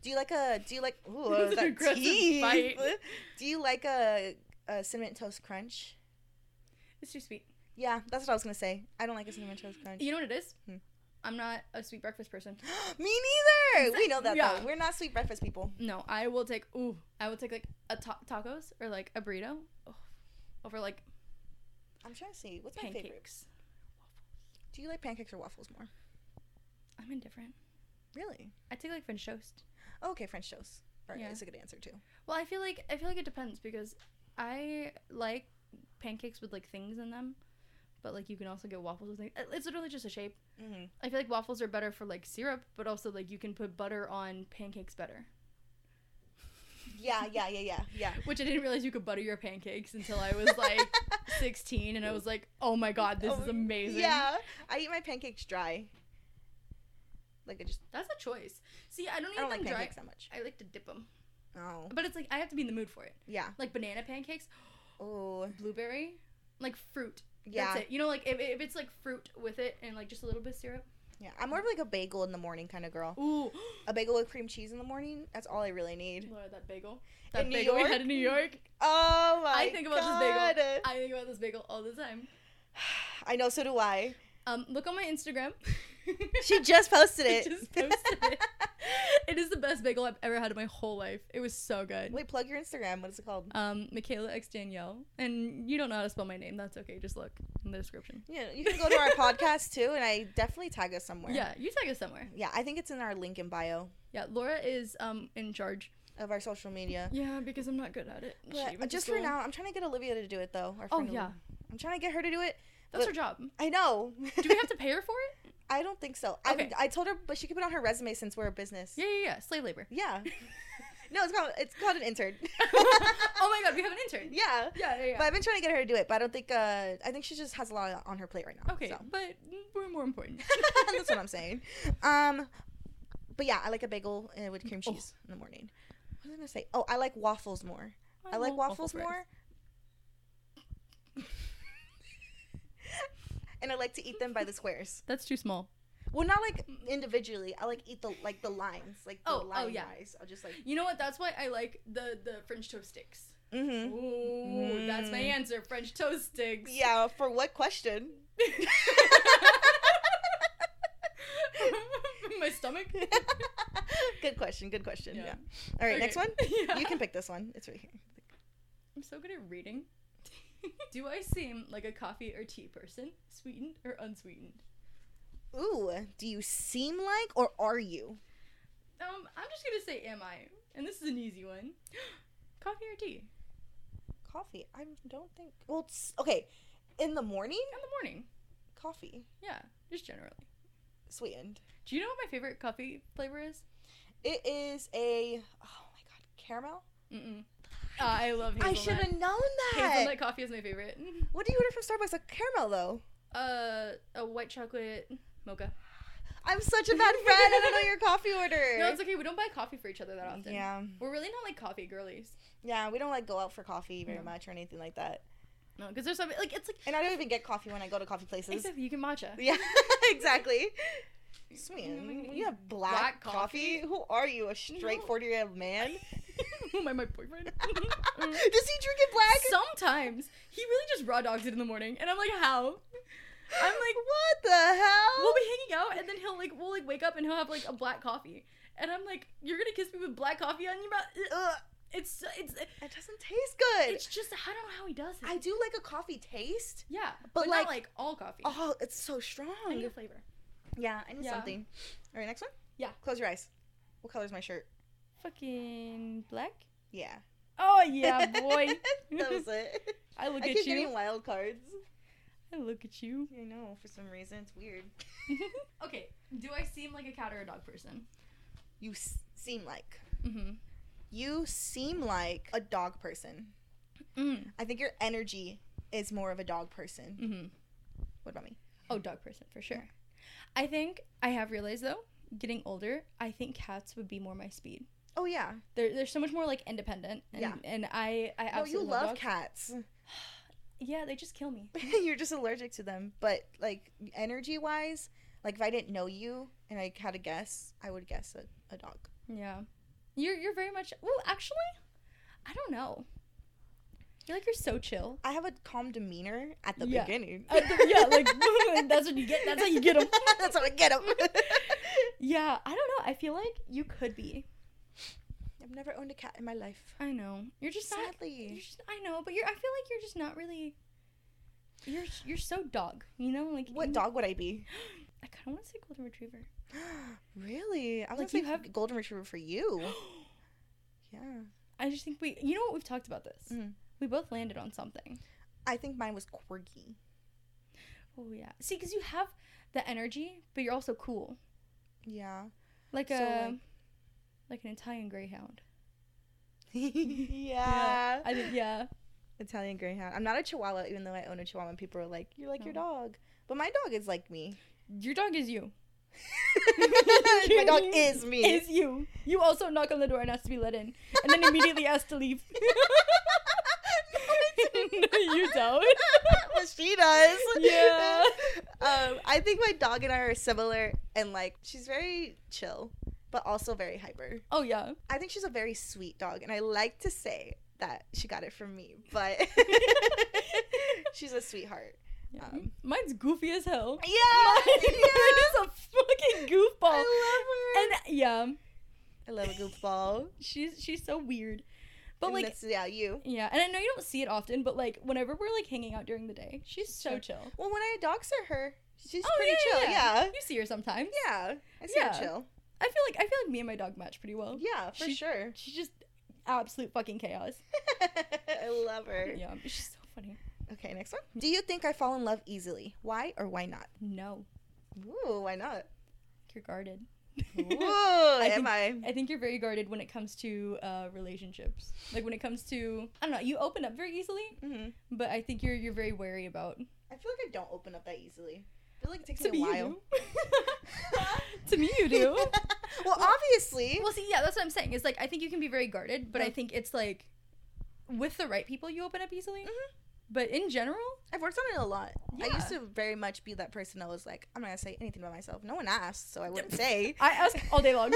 A: Do you like a? Do you like?
B: *laughs*
A: Ooh,
B: That was an
A: that
B: aggressive
A: teeth.
B: bite.
A: Do you like a, a cinnamon toast crunch?
B: it's too sweet.
A: Yeah, that's what I was gonna say. I don't like a cinnamon toast
B: *gasps*
A: crunch. *gasps*
B: You know what it is?
A: Hmm.
B: I'm not a sweet breakfast person.
A: Me neither. We know that
B: Yeah.
A: though. We're not sweet breakfast people.
B: No, I will take ooh, I will take like a ta- tacos or like a burrito oh, over like
A: I'm trying to see what's my favorite.
B: pancakes.
A: Do you like pancakes or waffles more?
B: I'm indifferent.
A: Really?
B: I take like French toast.
A: Oh, okay, French toast. Right,
B: Yeah.
A: that's a good answer too.
B: Well, I feel like I feel like it depends because I like pancakes with like things in them, but like you can also get waffles with things. It's literally just a shape.
A: Mm-hmm.
B: I feel like waffles are better for like syrup, but also like you can put butter on pancakes better.
A: Yeah, yeah, yeah, yeah, yeah.
B: *laughs* Which I didn't realize you could butter your pancakes until I was
A: *laughs*
B: like 16 and I was like, "Oh my god, this
A: Oh,
B: is amazing."
A: Yeah, I eat my pancakes dry. Like I just
B: That's a choice. See, I don't eat
A: I don't
B: them
A: like
B: dry.
A: pancakes that much.
B: I like to dip them.
A: Oh,
B: But it's like I have to be in the mood for it.
A: yeah.
B: Like banana pancakes,
A: Oh,
B: blueberry, like fruit.
A: yeah,
B: That's it. You know like if, if it's like fruit with it and like just a little bit of syrup.
A: yeah. I'm more of like a bagel in the morning kind of girl.
B: Ooh. *gasps*
A: A bagel with cream cheese in the morning. That's all I really need.
B: Laura, that bagel. That
A: New
B: bagel
A: York?
B: we had in New York.
A: Oh my!
B: I think about this bagel.
A: God. *sighs*
B: I think about this bagel all the time.
A: I know, so do
B: *laughs*
A: I.
B: Um look on my Instagram.
A: *laughs*
B: *laughs*
A: She just posted
B: I
A: it.
B: just posted it. It is the best bagel I've ever had in my whole life. It was so
A: *laughs*
B: good.
A: Wait, plug your Instagram. What is it called?
B: Um, Michaela X Danielle, and you don't know how to spell my name. That's okay. Just look in the description.
A: Yeah, you can go to
B: *laughs*
A: our podcast too, and I definitely tag us somewhere.
B: Yeah, you tag us somewhere.
A: yeah. I think it's in our link in bio
B: Yeah, Laura is um in charge.
A: of our social media.
B: Yeah, because I'm not good at it. She
A: But
B: went to
A: just for
B: school.
A: now, I'm trying to get Olivia to do it though. Our
B: Oh
A: friend
B: yeah,
A: Olivia. I'm trying to get her to do it.
B: that's
A: but-
B: her job.
A: I know. *laughs*
B: Do we have to pay her for it?
A: I don't think so. I-
B: Okay.
A: I, told her, but she could put on her resume since we're a business.
B: Yeah, yeah, yeah. Slave labor.
A: Yeah. *laughs* no, it's called it's called an intern.
B: *laughs* oh my god, we have an intern.
A: *laughs* yeah.
B: Yeah, yeah, yeah.
A: But I've been trying to get her to do it, but I don't think. Uh, I think she just has a lot on her plate right now.
B: okay,
A: so. *laughs*
B: but we're more important.
A: that's what I'm saying. Um, but yeah, I like a bagel uh, with cream
B: Oh.
A: cheese in the morning. What was I gonna say? Oh, I like waffles more. *laughs* I, like
B: love
A: waffles
B: bread.
A: more. and I like to eat them by the squares.
B: That's too small.
A: Well, not like individually. I like eat the like the lines, like the
B: Oh, oh,
A: line
B: yeah.
A: wise. I'll just like.
B: You know what? That's why I like the the French toast sticks.
A: Mm-hmm.
B: Ooh, that's my
A: Mm.
B: answer. French toast sticks.
A: Yeah. For what question? *laughs*
B: *laughs* my
A: *laughs*
B: stomach.
A: good question. Good question. Yeah.
B: Yeah.
A: All right. Next
B: Okay.
A: one.
B: *laughs* Yeah.
A: You can pick this one. It's right here.
B: I'm so good at reading. *laughs* Do I seem like a coffee or tea person? Sweetened or unsweetened?
A: Ooh. Do you seem like or are you?
B: Um, I'm just gonna say am I? And this is an easy one. *gasps* coffee or tea?
A: Coffee. I don't think. Well, it's, okay. In the morning,
B: In the morning.
A: coffee
B: Yeah, just generally.
A: sweetened.
B: Do you know what my favorite coffee flavor is?
A: It is a. Oh my god, caramel.
B: Mm-mm. Ah, I love
A: I
B: hazelnut.
A: should have known that.
B: Hazelnut coffee is my favorite. *laughs*
A: What do you order from Starbucks? A caramel though.
B: Uh, a white chocolate mocha.
A: I'm
B: *laughs*
A: such a bad friend. I don't know your coffee order.
B: No, it's okay. We don't buy coffee for each other that often.
A: yeah,
B: We're really not like coffee girlies.
A: yeah. We don't like go out for coffee very
B: No.
A: much or anything like that.
B: No, because there's something like it's like
A: And I don't even get coffee when I go to coffee places.
B: except you can matcha.
A: *laughs* Yeah, exactly. Sweet.
B: Mm,
A: You have black,
B: Black
A: coffee?
B: coffee?
A: Who are you? A straight
B: No.
A: 40 year old man?
B: *laughs*
A: *laughs*
B: Who am *laughs* I, my boyfriend? Mm-hmm.
A: Does he drink it black?
B: Sometimes he really just raw dogs it in the morning, and I'm like, how? I'm like,
A: what the hell?
B: We'll be hanging out, and then he'll like we'll like wake up, and he'll have like a black coffee, and I'm like, you're gonna kiss me with black coffee on your mouth?
A: Ugh,
B: It's it's
A: it doesn't taste good.
B: it's just I don't know how he does it.
A: I do like a coffee taste.
B: yeah,
A: but,
B: but,
A: like-
B: not like all coffee.
A: Oh, it's so strong.
B: I need a flavor.
A: Yeah, I need
B: Yeah.
A: something. All right, next one?
B: Yeah.
A: Close your eyes. What color is my shirt?
B: Fucking black.
A: Yeah.
B: Oh *laughs* yeah, boy.
A: *laughs* that was it.
B: I *laughs* look
A: I
B: at
A: keep
B: you.
A: getting wild cards.
B: I look at you. *laughs*
A: I know, for some reason. It's weird.
B: okay, do I seem like a cat or a dog person?
A: You s- seem like.
B: Mm-hmm.
A: You seem like a dog person.
B: Mm.
A: I think your energy is more of a dog person.
B: Mm-hmm.
A: What about me?
B: Oh, dog person for sure. I think I have realized though, getting older, I think cats would be more my speed.
A: Oh yeah.
B: They're, they're so much more like independent. And,
A: Yeah.
B: And I I
A: No, you
B: absolutely
A: love
B: dogs.
A: cats.
B: Yeah, they just kill me.
A: *laughs* You're just allergic to them. But like energy wise, like if I didn't know you and I had a guess, I would guess a, a dog.
B: Yeah. You're you're very much. Well, actually, I don't know. You're like you're so chill.
A: I have a calm demeanor at the
B: Yeah.
A: beginning.
B: At the- yeah, like, *laughs* that's what you get- that's how you get 'em.
A: *laughs* that's how I get
B: *laughs*
A: them.
B: Yeah, I don't know. I feel like you could be.
A: I've never owned a cat in my life.
B: I know. You're just not. You're
A: Sadly.
B: just, I know, but you're. I feel like you're just not really. You're you're so dog. You know, like
A: What
B: you-
A: dog would I be?
B: I kind of want to say golden retriever.
A: *gasps*
B: *gasps*
A: really? I
B: Like,
A: was like,
B: you have-
A: golden retriever for you. yeah.
B: I just think we. You know what? We've talked about this.
A: Mm.
B: We both landed on something.
A: I think mine was quirky.
B: Oh yeah. See, because you have the energy, but you're also cool,
A: Yeah. *laughs*
B: like
A: So,
B: a,
A: like-
B: like, an Italian Greyhound.
A: yeah. *laughs*
B: I think yeah.
A: Italian Greyhound. I'm not a Chihuahua, even though I own a Chihuahua. And people are like, "You're like your
B: No.
A: dog," but my dog is like me.
B: *laughs*
A: *laughs*
B: Your dog is you.
A: my
B: *laughs*
A: dog is me.
B: Is you. You also knock on the door and ask to be let in, and then immediately asked
A: *laughs*
B: to leave. *laughs* No, you
A: *laughs*
B: don't.
A: well, *laughs* she does. *laughs*
B: Yeah.
A: Um, I think my dog and I are similar, and like she's very chill, but also very hyper.
B: Oh yeah.
A: I think she's a very sweet dog, and I like to say that she got it from me, but *laughs* she's a sweetheart.
B: Yeah.
A: Um,
B: Mine's goofy as hell.
A: Yeah.
B: *laughs* Mine,
A: yeah.
B: mine is a fucking goofball.
A: I
B: And yeah,
A: love her. I love a goofball.
B: she's she's so weird.
A: And
B: But like
A: that's- yeah, you.
B: yeah, and I know you don't see it often, but like whenever we're like hanging out during the day, she's so
A: Sure.
B: chill.
A: Well, when I dog sit her, she's
B: Oh,
A: pretty
B: yeah,
A: chill.
B: yeah,
A: Yeah.
B: You see her sometimes.
A: Yeah. I see
B: Yeah.
A: her chill.
B: I feel like I feel like me and my dog match pretty well.
A: Yeah, for
B: She-
A: sure. *laughs*
B: She's just absolute fucking chaos.
A: I love her.
B: Yeah, she's so funny.
A: Okay, next one. Do you think I fall in love easily? Why or why not?
B: No.
A: Ooh, why not?
B: You're guarded.
A: Ooh,
B: think-
A: am I?
B: *laughs* I think you're very guarded when it comes to uh, relationships. Like when it comes to, I don't know, you open up very easily,
A: hmm
B: but I think you're you're very wary about.
A: I feel like I don't open up that easily. I feel like it takes
B: *laughs* To
A: me
B: me,
A: a *laughs*
B: you
A: while.
B: do. to me, you do.
A: well, obviously.
B: well, see, yeah, that's what I'm saying. It's like I think you can be very guarded, but I
A: Yeah.
B: think it's like with the right people, you open up easily.
A: Mhm.
B: But in general,
A: I've worked on it a lot. I used to
B: Yeah.
A: very much be that person that was like, I'm not gonna say anything about myself. No one asked, so I wouldn't
B: *laughs*
A: say. *laughs*
B: I ask all day long.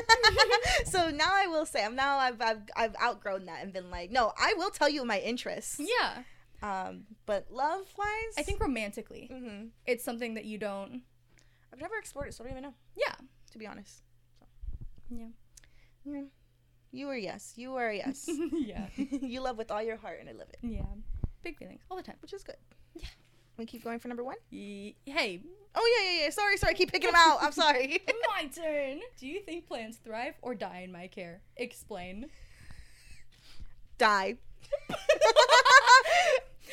A: so now I will say. I'm now I've, I've I've outgrown that and been like, no, I will tell you my interests.
B: yeah,
A: Um, but love wise,
B: I think romantically,
A: hmm
B: it's something that you don't.
A: I've never explored it, so I don't even know.
B: Yeah, *laughs*
A: To be honest. So.
B: Yeah.
A: Yeah. You are yes. You are a
B: *laughs*
A: yes.
B: yeah,
A: *laughs* you love with all your heart, and I love it,
B: yeah. Big feelings all the time.
A: which is good.
B: Yeah.
A: We keep going for number one.
B: Ye- Hey,
A: Oh yeah, yeah, yeah. Sorry, sorry. I keep picking them out. I'm sorry.
B: *laughs* my turn. Do you think plants thrive or die in my care?
A: *laughs*
B: Explain. *laughs*
A: Die.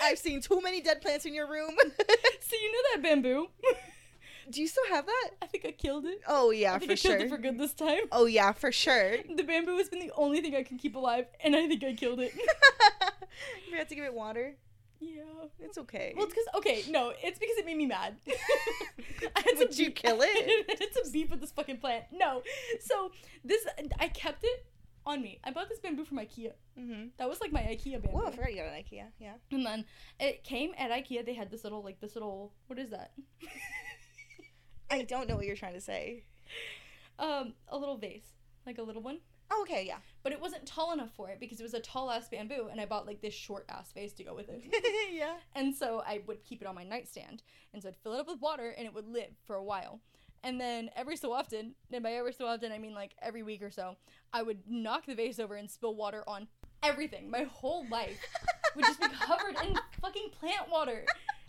A: I've seen too many dead plants in your
B: *laughs*
A: room.
B: So you know that bamboo? *laughs*
A: Do you still have that?
B: I think I killed it.
A: Oh yeah,
B: I think
A: for
B: I killed
A: sure.
B: it for good this time.
A: Oh yeah, for
B: *laughs*
A: sure. *laughs*
B: The bamboo has been the only thing I can keep alive, and I think I
A: *laughs*
B: killed it.
A: we have to give it water.
B: yeah.
A: It's okay.
B: Well, it's because okay, no, it's because it made me mad.
A: *laughs*
B: *laughs* I had
A: Would you
B: beef- *laughs*
A: kill it?
B: I had some beef with this fucking plant. No, so this I kept it on me. I bought this bamboo from IKEA.
A: mm-hmm.
B: That was like my IKEA bamboo.
A: Whoa, I forgot you got an IKEA. Yeah.
B: And then it came at IKEA. They had this little like this little what is that?
A: I don't know what you're trying to say.
B: um, a little vase, like a little one.
A: Oh, okay,
B: *laughs*
A: yeah.
B: But it wasn't tall enough for it because it was a tall ass bamboo, and I bought like this short ass vase to go with it.
A: *laughs* yeah.
B: And so I would keep it on my nightstand. And so I'd fill it up with water and it would live for a while. And then every so often, and by every so often, I mean like every week or so, I would knock the vase over and spill water on everything. My whole life
A: *laughs*
B: would just be covered in fucking plant water.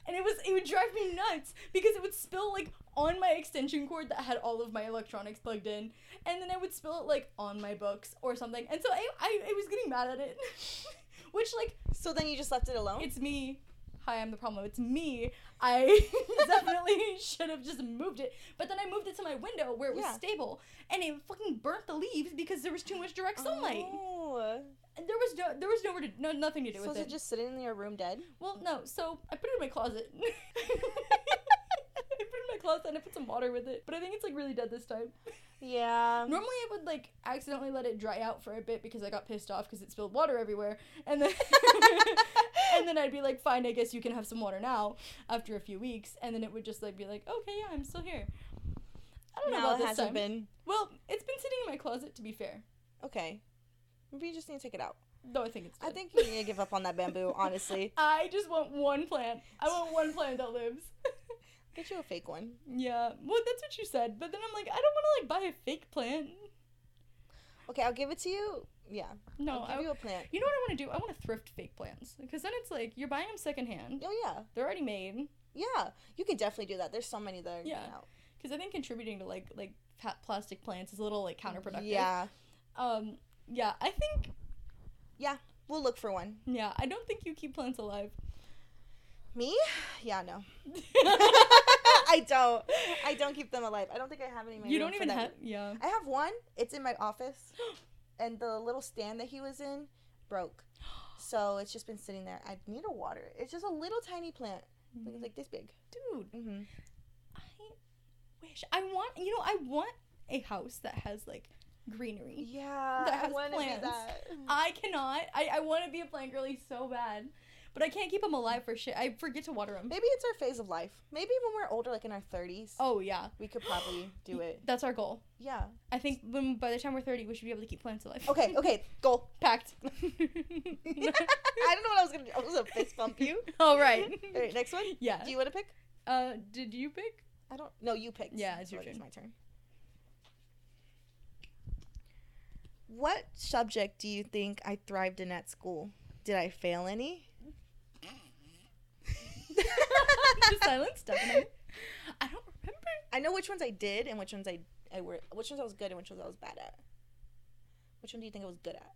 B: And it was it would drive me nuts because it would spill like on my extension cord that had all of my electronics plugged in, and then I would spill it like on my books or something. And so I I, I was getting mad at it, *laughs* which like
A: So then you just left it alone?
B: it's me. Hi, I'm the problem. It's me. I *laughs*
A: *laughs*
B: definitely should have just moved it. But then I moved it to my window where it was
A: Yeah.
B: stable, and it fucking burnt the leaves because there was too much direct sunlight.
A: Oh.
B: And there was no, there was nowhere to, no, nothing to do
A: So
B: with
A: is
B: it.
A: it just sitting in your room dead?
B: Well, no. So I put it in
A: *laughs*
B: my closet. *laughs* I put it in my closet and I put some water with it. But I think it's like really dead this time.
A: Yeah.
B: Normally I would like accidentally let it dry out for a bit because I got pissed off because it spilled water everywhere, and then *laughs* and then I'd be like, fine, I guess you can have some water now after a few weeks, and then it would just like be like, okay, yeah, I'm still here. I don't know
A: No,
B: about
A: it
B: this
A: hasn't
B: time.
A: been.
B: Well, it's been sitting in my closet to be fair.
A: Okay. Maybe you just need to take it out.
B: Though I think it's.
A: I
B: dead.
A: think you need to give up on that
B: *laughs*
A: bamboo, honestly.
B: I just want one plant. I want one plant that lives. *laughs*
A: Get you a fake one.
B: yeah, well, that's what you said. But then I'm like, I don't want to like buy a fake plant.
A: Okay, I'll give it to you. Yeah.
B: No,
A: I'll give
B: I,
A: you a plant.
B: you know what I want to do? I want to thrift fake plants because then it's like you're buying them secondhand.
A: Oh yeah.
B: They're already made.
A: Yeah. You can definitely do that. There's so many that are
B: Yeah.
A: yeah. out.
B: because I think contributing to like like pa- plastic plants is a little like counterproductive.
A: Yeah.
B: Um. Yeah, I think.
A: We'll look for one.
B: Yeah, I don't think you keep plants alive. *laughs*
A: Me? Yeah, no. *laughs*
B: you
A: I don't. I don't keep them alive. I don't think I have any. in my room
B: don't
A: for
B: even
A: that
B: have. Yeah.
A: I have one. It's in my
B: *gasps*
A: office, and the little stand that he was in broke, so it's just been sitting there. I need to water it. It's just a little tiny plant, like,
B: Mm-hmm.
A: like this big.
B: Dude,
A: Mm-hmm.
B: I wish I want. You know, I want a house that has like greenery.
A: Yeah,
B: That
A: I
B: has
A: wanna be
B: plants. Um,
A: that.
B: I cannot. I I want to be a plant girly so bad, but I can't keep them alive for shit. I forget to water them.
A: Maybe it's our phase of life. Maybe when we're older, like in our thirties,
B: Oh yeah,
A: we could probably
B: *laughs*
A: do it.
B: that's our goal.
A: Yeah.
B: I think when by the time we're thirty, we should be able to keep plants alive.
A: Okay. Okay. Go.
B: *laughs*
A: *laughs*
B: Packed.
A: I don't know what I was gonna do. I was gonna fist bump you.
B: *laughs* All right.
A: All right. Next one.
B: Yeah.
A: Do you want to pick?
B: Uh, did you pick?
A: I don't. No, you picked.
B: Yeah, it's your
A: so
B: turn.
A: my turn. What subject do you think I thrived in at school? Did I fail
B: *laughs*
A: any?
B: The silence, definitely. I don't remember.
A: I know which ones I did and which ones I I were which ones I was good and which ones I was bad at. Which one do you think I was good at?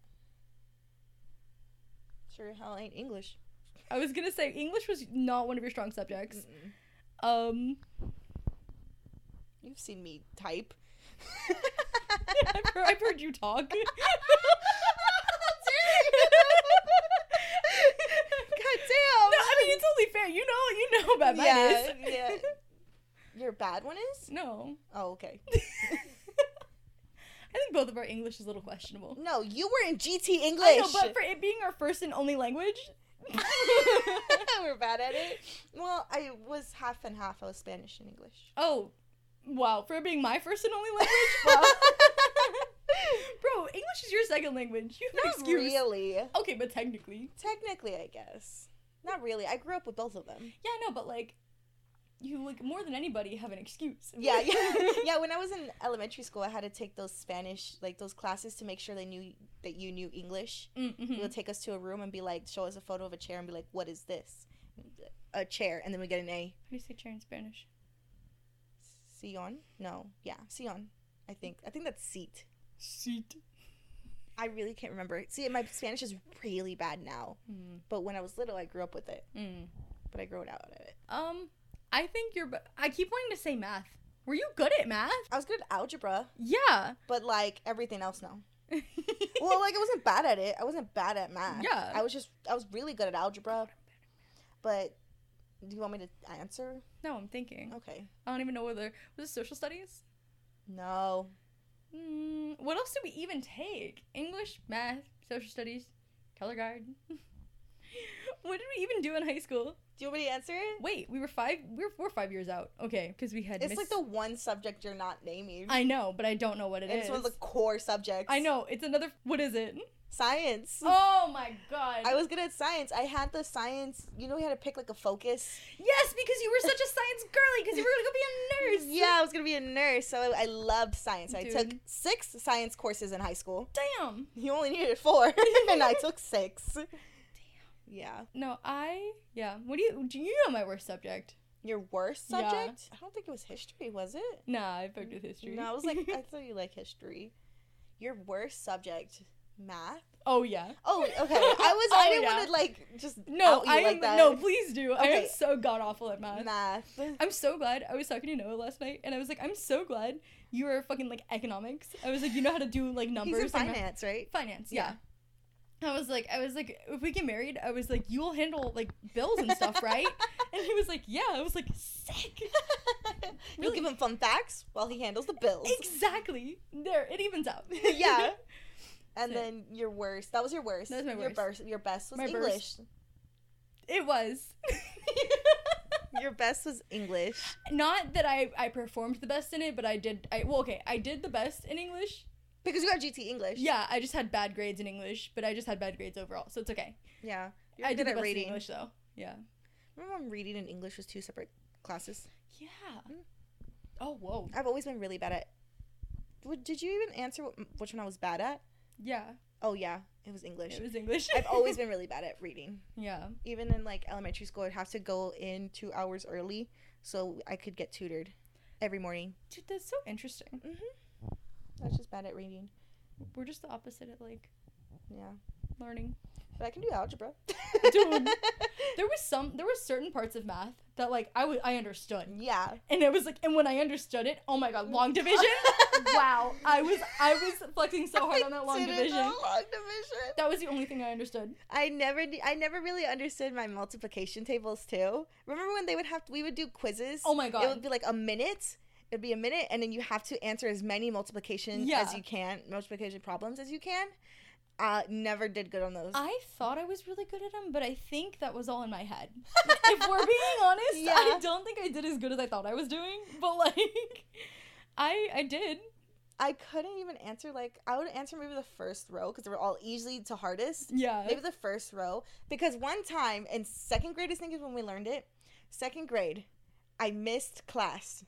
A: Sure, hell ain't English.
B: I was gonna Um, say English was not one of your strong subjects.
A: Mm-mm.
B: Um,
A: You've seen me type.
B: *laughs* I've heard, I've heard you
A: *laughs*
B: talk.
A: God
B: No,
A: damn.
B: I mean it's only fair. You know, you know how bad that
A: Yeah,
B: is.
A: yeah. Your bad one is?
B: *laughs* No, *laughs*
A: Oh, okay.
B: I think both of our English is a little questionable.
A: No, you were in GT English.
B: I know,
A: *laughs*
B: but for it being our first and only language, *laughs*
A: we're bad at it. Well, I was half and half. I was Spanish and English.
B: oh, wow, for it being my first and only language,
A: *laughs* Well,
B: *laughs* bro, English is your second language. You have an
A: not
B: excuse.
A: really.
B: Okay, but technically,
A: Technically, I guess. Not really. I grew up with both of them.
B: yeah, no, but like, you like more than anybody have an excuse.
A: *laughs* Yeah,
B: *laughs*
A: yeah, yeah. When I was in elementary school, I had to take those Spanish, like those classes, to make sure they knew that you knew English.
B: Mm-hmm.
A: They would take us to a room and be like, show us a photo of a chair and be like, what is this? A chair, and then we get an A.
B: How do you say chair in Spanish?
A: Sion? No, yeah, Sion. I think. I think that's seat.
B: Seat.
A: I really can't remember. See, my Spanish is really bad now,
B: Mm.
A: but when I was little, I grew up with it,
B: Mm.
A: but I grew it out of it.
B: Um, I think you're. b- I keep wanting to say math. Were you good at math?
A: I was good at algebra,
B: Yeah. *laughs*
A: but like everything else, no. well, like I wasn't bad at it. I wasn't bad at math.
B: Yeah.
A: I was just I was really good at algebra. But do you want me to answer?
B: no, I'm thinking.
A: Okay.
B: I don't even know whether was it social studies.
A: No.
B: Mm, what else did we even take? English, math, social studies, color guard. *laughs* what did we even do in high school?
A: Do you want me to answer it?
B: Wait, we were five. We were four, or five years out. Okay, because we had.
A: It's
B: Miss-
A: like the one subject you're not naming.
B: I know, but I don't know what it
A: and
B: is.
A: it's one of the core subjects.
B: I know it's another. What is it?
A: Science.
B: Oh my god!
A: I was good at science. I had the science. You know, we had to pick like a focus.
B: yes, because you were such a science girly. Because you were gonna go be a nurse.
A: *laughs* Yeah, I was gonna be a nurse, so I, I loved science. I took
B: Dude.
A: six science courses in high school.
B: Damn.
A: You only needed four, *laughs* and I took six.
B: *laughs*
A: Damn. Yeah.
B: No, I. Yeah. What do you? Do you know my worst subject?
A: Your worst
B: Yeah.
A: subject? I don't think it was history, was it?
B: Nah, I fucked with history.
A: No, I was like, I thought you like history. Your worst subject, math.
B: *laughs* oh yeah. *laughs*
A: Oh, okay. I was. I
B: Oh,
A: didn't
B: yeah.
A: want to like just
B: No,
A: out you
B: I
A: like
B: am
A: that.
B: no. Please do. I am
A: Okay.
B: so god awful at math.
A: math.
B: I'm so glad. I was talking to Noah last night, and I was like, I'm so glad you are fucking like economics. I was like, you know how to do like numbers.
A: He's in
B: and math."
A: finance,
B: *laughs*
A: right? *laughs*
B: Finance. Yeah. I was like, I was like, if we get married, I was like, you'll handle like bills and
A: *laughs*
B: stuff, right? and he was like, yeah. I was like, sick.
A: You'll give him fun facts while he handles the bills.
B: exactly. There, it evens out.
A: yeah. And
B: Yeah.
A: then your worst. That was your worst.
B: That was my
A: your
B: worst.
A: best. Your best was
B: My burst.
A: English.
B: *laughs* It was.
A: *laughs* Your best was English.
B: Not that I I performed the best in it, but I did. I well, okay, I did the best in English.
A: Because you got GT English.
B: Yeah, I just had bad grades in English, but I just had bad grades overall, so it's okay.
A: Yeah. You're
B: I
A: good
B: did the
A: at
B: best in
A: reading.
B: English though. Yeah.
A: Remember when reading and English was two separate classes?
B: Yeah.
A: Mm.
B: Hmm. Oh whoa.
A: I've always been really bad at. What, did you even answer what, which one I was bad at?
B: Yeah.
A: Oh yeah, it was English.
B: It was English.
A: I've
B: *laughs*
A: always been really bad at reading.
B: Yeah.
A: Even in like elementary school, I'd have to go in two hours early so I could get tutored every morning.
B: Dude, that's so interesting.
A: Mm-hmm. I was just bad at reading.
B: We're just the opposite at like
A: Yeah,
B: learning.
A: but I can do algebra. *laughs*
B: Dude. There was some there was certain parts of math that like I would I understood.
A: yeah.
B: And it was like and when I understood it, oh my god, long
A: *laughs*
B: division. wow. *laughs* I was I was flexing so hard on that long
A: Did it
B: division.
A: all Long division.
B: That was the only thing I understood.
A: I never, d- I never really understood my multiplication tables too. Remember when they would have, we would do quizzes.
B: Oh my
A: It would
B: God.
A: be like a minute. It'd be a minute, and then you have to answer as many multiplication as
B: Yeah.
A: you can, multiplication problems as you can. Uh, never did good on those.
B: I thought I was really good at them, but I think that was all in my
A: *laughs*
B: head. if we're being honest,
A: Yeah.
B: I don't think I did as good as I thought I was doing, but like *laughs* I I did.
A: I couldn't even answer like I would answer maybe the first row because they were all easily to hardest.
B: *laughs* Yeah.
A: *laughs* Maybe the first row because one time in second grade, I think is when we learned it. Second grade, I missed class.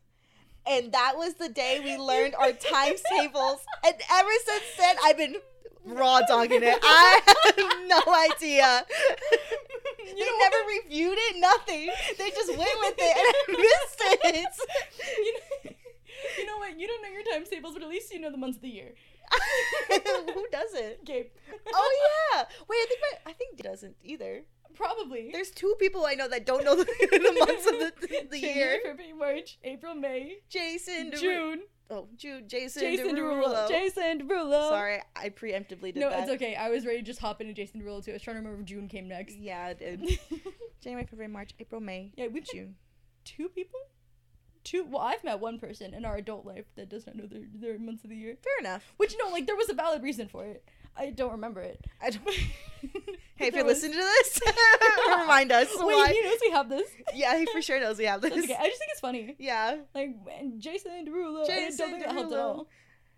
A: And that was the day
B: *laughs*
A: we learned our times tables. And ever since then, I've been raw dogging it. I
B: *laughs*
A: have no idea.
B: You
A: they
B: know what? *laughs*
A: never reviewed it, nothing. They just went with it and I missed it.
B: *laughs* you, know, you know what? You don't know your timetables, but at least you know the months of the year.
A: *laughs* Who
B: *laughs*
A: doesn't?
B: Gabe.
A: Oh yeah. Wait, I think my I think doesn't either.
B: Probably. *laughs*
A: There's two people I know that don't know the, *laughs* the months of the, the
B: January,
A: year.
B: February, March, April, May,
A: Jason. Deru-
B: June.
A: Oh, Jude. Jason.
B: Jason Derulo.
A: Derulo.
B: Jason Derulo.
A: Sorry, I preemptively did
B: No,
A: that.
B: it's okay. I was ready to just hop into Jason Derulo too. I was trying to remember if June
A: *laughs*
B: came next. *laughs*
A: Yeah, dude. January, February, March, April, May, *laughs*
B: yeah, we've had
A: June.
B: two people. Two. Well, I've met one person in our adult life that does not know their, their months of the year.
A: Fair enough.
B: Which no, like there was a valid reason for it. I don't remember it. *laughs*
A: I don't. *laughs* Hey,
B: But
A: if you're
B: there was-
A: listening to this, *laughs*
B: *laughs*
A: remind us
B: Wait,
A: why.
B: he knows we
A: *laughs*
B: have this.
A: Yeah, he for sure knows we have this.
B: That's *laughs* okay. I just think it's funny.
A: Yeah,
B: Like and Jason Derulo.
A: Jason
B: Jason I don't think that helped
A: *laughs*
B: at
A: Derulo.
B: all.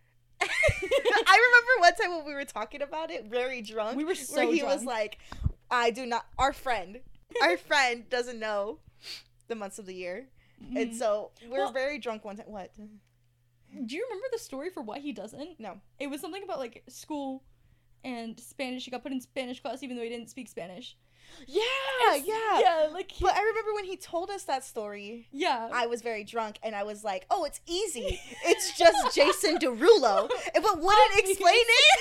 A: *laughs* I remember one time when we were talking about it, very drunk.
B: We were
A: where
B: so
A: he was
B: drunk.
A: like, "I do not. Our friend, our friend doesn't know the months of the year, and
B: Mhm.
A: so we we're
B: Well-
A: very drunk one time. What?
B: Do you remember the story for why he doesn't?
A: No.
B: It was something about like school and Spanish. He got put in Spanish class even though he didn't speak Spanish.
A: Yeah, yeah.
B: Yeah, like he-
A: But I remember when he told us that story.
B: yeah.
A: I was very drunk and I was like, "Oh, it's easy.
B: *laughs*
A: It's just Jason Derulo." And- But wouldn't explain it.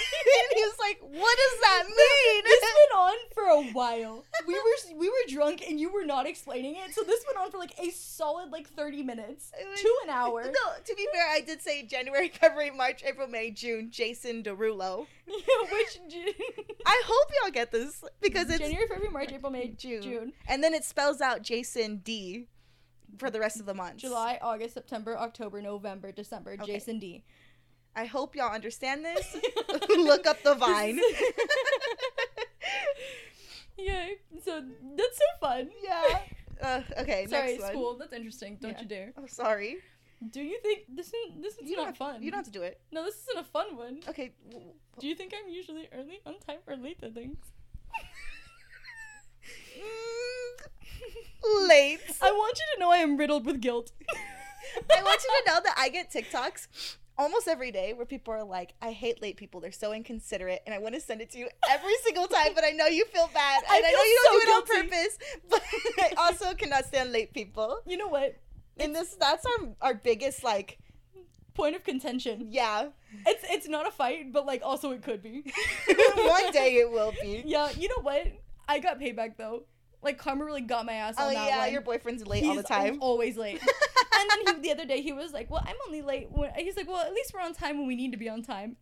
A: *laughs* and he was like, "What does
B: *laughs*
A: that mean?" *laughs*
B: this went on for a while. We were we were drunk and you were not explaining it. So this went on for like a solid like 30 minutes
A: It was-
B: to an hour.
A: *laughs* No, to be fair, I did say January, *laughs* February, March, April, May, June. Jason Derulo.
B: *laughs* Yeah, which June, *laughs*
A: I hope y'all get this because it's
B: January, February, March, April, May,
A: June.
B: June,
A: and then it spells out Jason D for the rest of the month.
B: July, August, September, October, November, December,
A: Okay.
B: Jason D.
A: I hope y'all understand
B: *laughs*
A: this. *laughs* Look up the vine.
B: yeah, so that's so fun. *laughs*
A: yeah. Uh, okay.
B: Sorry,
A: next one.
B: school. That's interesting. Don't
A: Yeah.
B: you dare.
A: Oh, sorry.
B: Do you think this isn't this is
A: You don't
B: not
A: have-
B: fun?
A: You don't have to do it.
B: No, this isn't a fun one.
A: Okay. w- *laughs*
B: Do you think I'm usually early on time or late to things?
A: Mm, Late.
B: *laughs* I want you to know I am riddled with *laughs* guilt.
A: I want you to know that I get TikToks almost every day where people are like, I hate late people. They're so inconsiderate. And I want to send it to you every single time, but I know you feel bad.
B: I
A: And I,
B: feel
A: know you don't
B: so
A: do it on purpose, *laughs* but I also cannot stand late people.
B: You know what?
A: And this that's our our biggest like
B: Point of contention.
A: yeah. *laughs*
B: It's it's not a fight, but like also it could be.
A: One day it will be.
B: Yeah, you know what? I got payback though. Like karma really got my ass on
A: Oh
B: that
A: yeah,
B: one.
A: your boyfriend's late all the *laughs*
B: He's
A: time.
B: always late. and then he, the other day he was like, "Well, I'm only late when." He's like, "Well, at least we're on time when we need to be on time."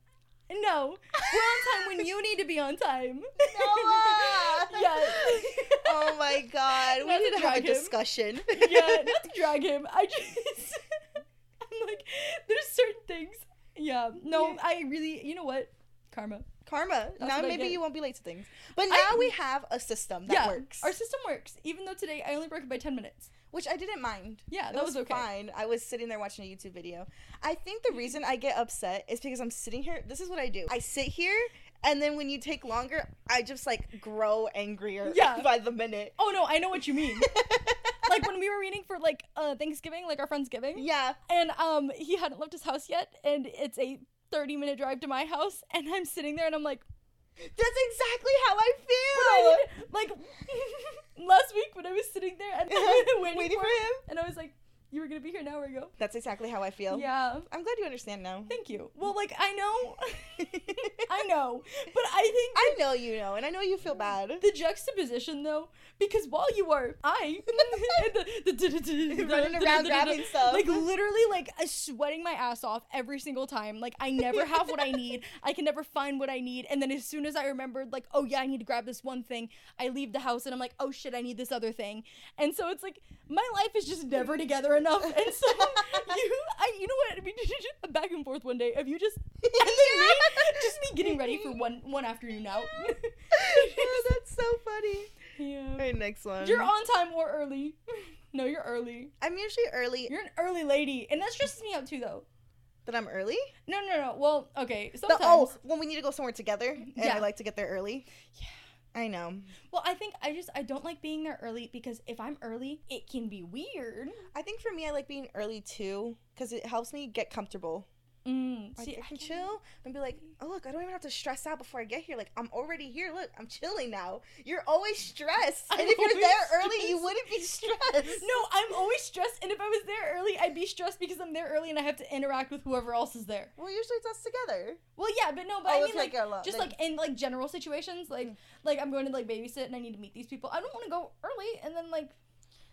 B: No, we're on *laughs* time when you need to be on time.
A: Noah!
B: *laughs* yeah.
A: *laughs* Oh my god, we
B: Not
A: need
B: to
A: to have a
B: drag him.
A: discussion.
B: *laughs* yeah, not to drag him. I just, *laughs* I'm like, there's certain things. Yeah, no,
A: Yeah.
B: I really, you know what, karma.
A: *laughs* Karma.
B: That's
A: now
B: what I
A: maybe
B: get.
A: you won't be late to things. But now
B: I-
A: we have a system that
B: yeah,
A: works.
B: our system works. Even though today I only broke it by ten minutes.
A: which I didn't mind.
B: Yeah,
A: It
B: that was, okay.
A: fine. I was sitting there watching a YouTube video. I think the reason I get upset is because I'm sitting here. This is what I do. I sit here, and then when you take longer, I just like grow angrier
B: Yeah.
A: *laughs* by the minute.
B: Oh no, I know what you *laughs* mean. like when we were reading for like uh Thanksgiving, like our Friendsgiving.
A: yeah,
B: and um he hadn't left his house yet and it's a 30 minute drive to my house and i'm sitting there and i'm like
A: that's exactly how I
B: "But
A: feel.
B: I need-" like last week when i was sitting
A: *laughs*
B: there and *laughs* waiting,
A: Waiting for him.
B: and i was like you were gonna be here an hour ago
A: That's exactly how I feel.
B: yeah
A: I'm glad you understand now. *laughs*
B: thank you well like i know i know but i think
A: I know you know, and I know you feel
B: *laughs*
A: bad.
B: the juxtaposition though because while you are i *laughs* the, the-
A: Running around grabbing stuff.
B: like literally like I sweating my ass off every single time like i never
A: *laughs*
B: have what i need i can never find what i need and then as soon as i remembered like oh yeah i need to grab this one thing i leave the house and i'm like oh shit i need this other thing and so it's like my life is just never together enough and
A: *laughs*
B: so *laughs* you i you know what i mean *laughs* a back and forth one day of you just and *laughs* then
A: *laughs*
B: me just me getting ready for one one afternoon out
A: Oh, that's so funny. All
B: yeah
A: right, next one.
B: *laughs* you're on time or early *laughs* no you're early
A: I'm usually early.
B: you're an early lady, and that stresses me out too, though.
A: That I'm early.
B: No, no, no. Well, okay.
A: The-
B: Sometimes.
A: oh, when we need to go somewhere together, and
B: Yeah.
A: I like to get there early.
B: Yeah.
A: I know.
B: Well, I think I just I don't like being there early because if I'm early, it can be weird.
A: I think for me, I like being early too because it helps me get comfortable.
B: Mm,
A: Like,
B: see,
A: I
B: I
A: can
B: can't-
A: chill and be like, oh look, I don't even have to stress out before I get here. Like I'm already here. Look, I'm chilling now. You're always stressed,
B: I'm
A: and if you're
B: always
A: there early, you
B: stressed.
A: wouldn't be *laughs* stressed.
B: No, I'm always stressed, and if I was there early, I'd be stressed because I'm there early and I have to interact with whoever else is there.
A: Well, usually it's us together.
B: Well, yeah, but no, but
A: Oh,
B: I
A: it's
B: mean,
A: like
B: like,
A: a lot-
B: just
A: like-
B: like Mm-hmm. in like general situations, like
A: Mm.
B: like I'm going to like babysit and I need to meet these people. I don't want to go early, and then like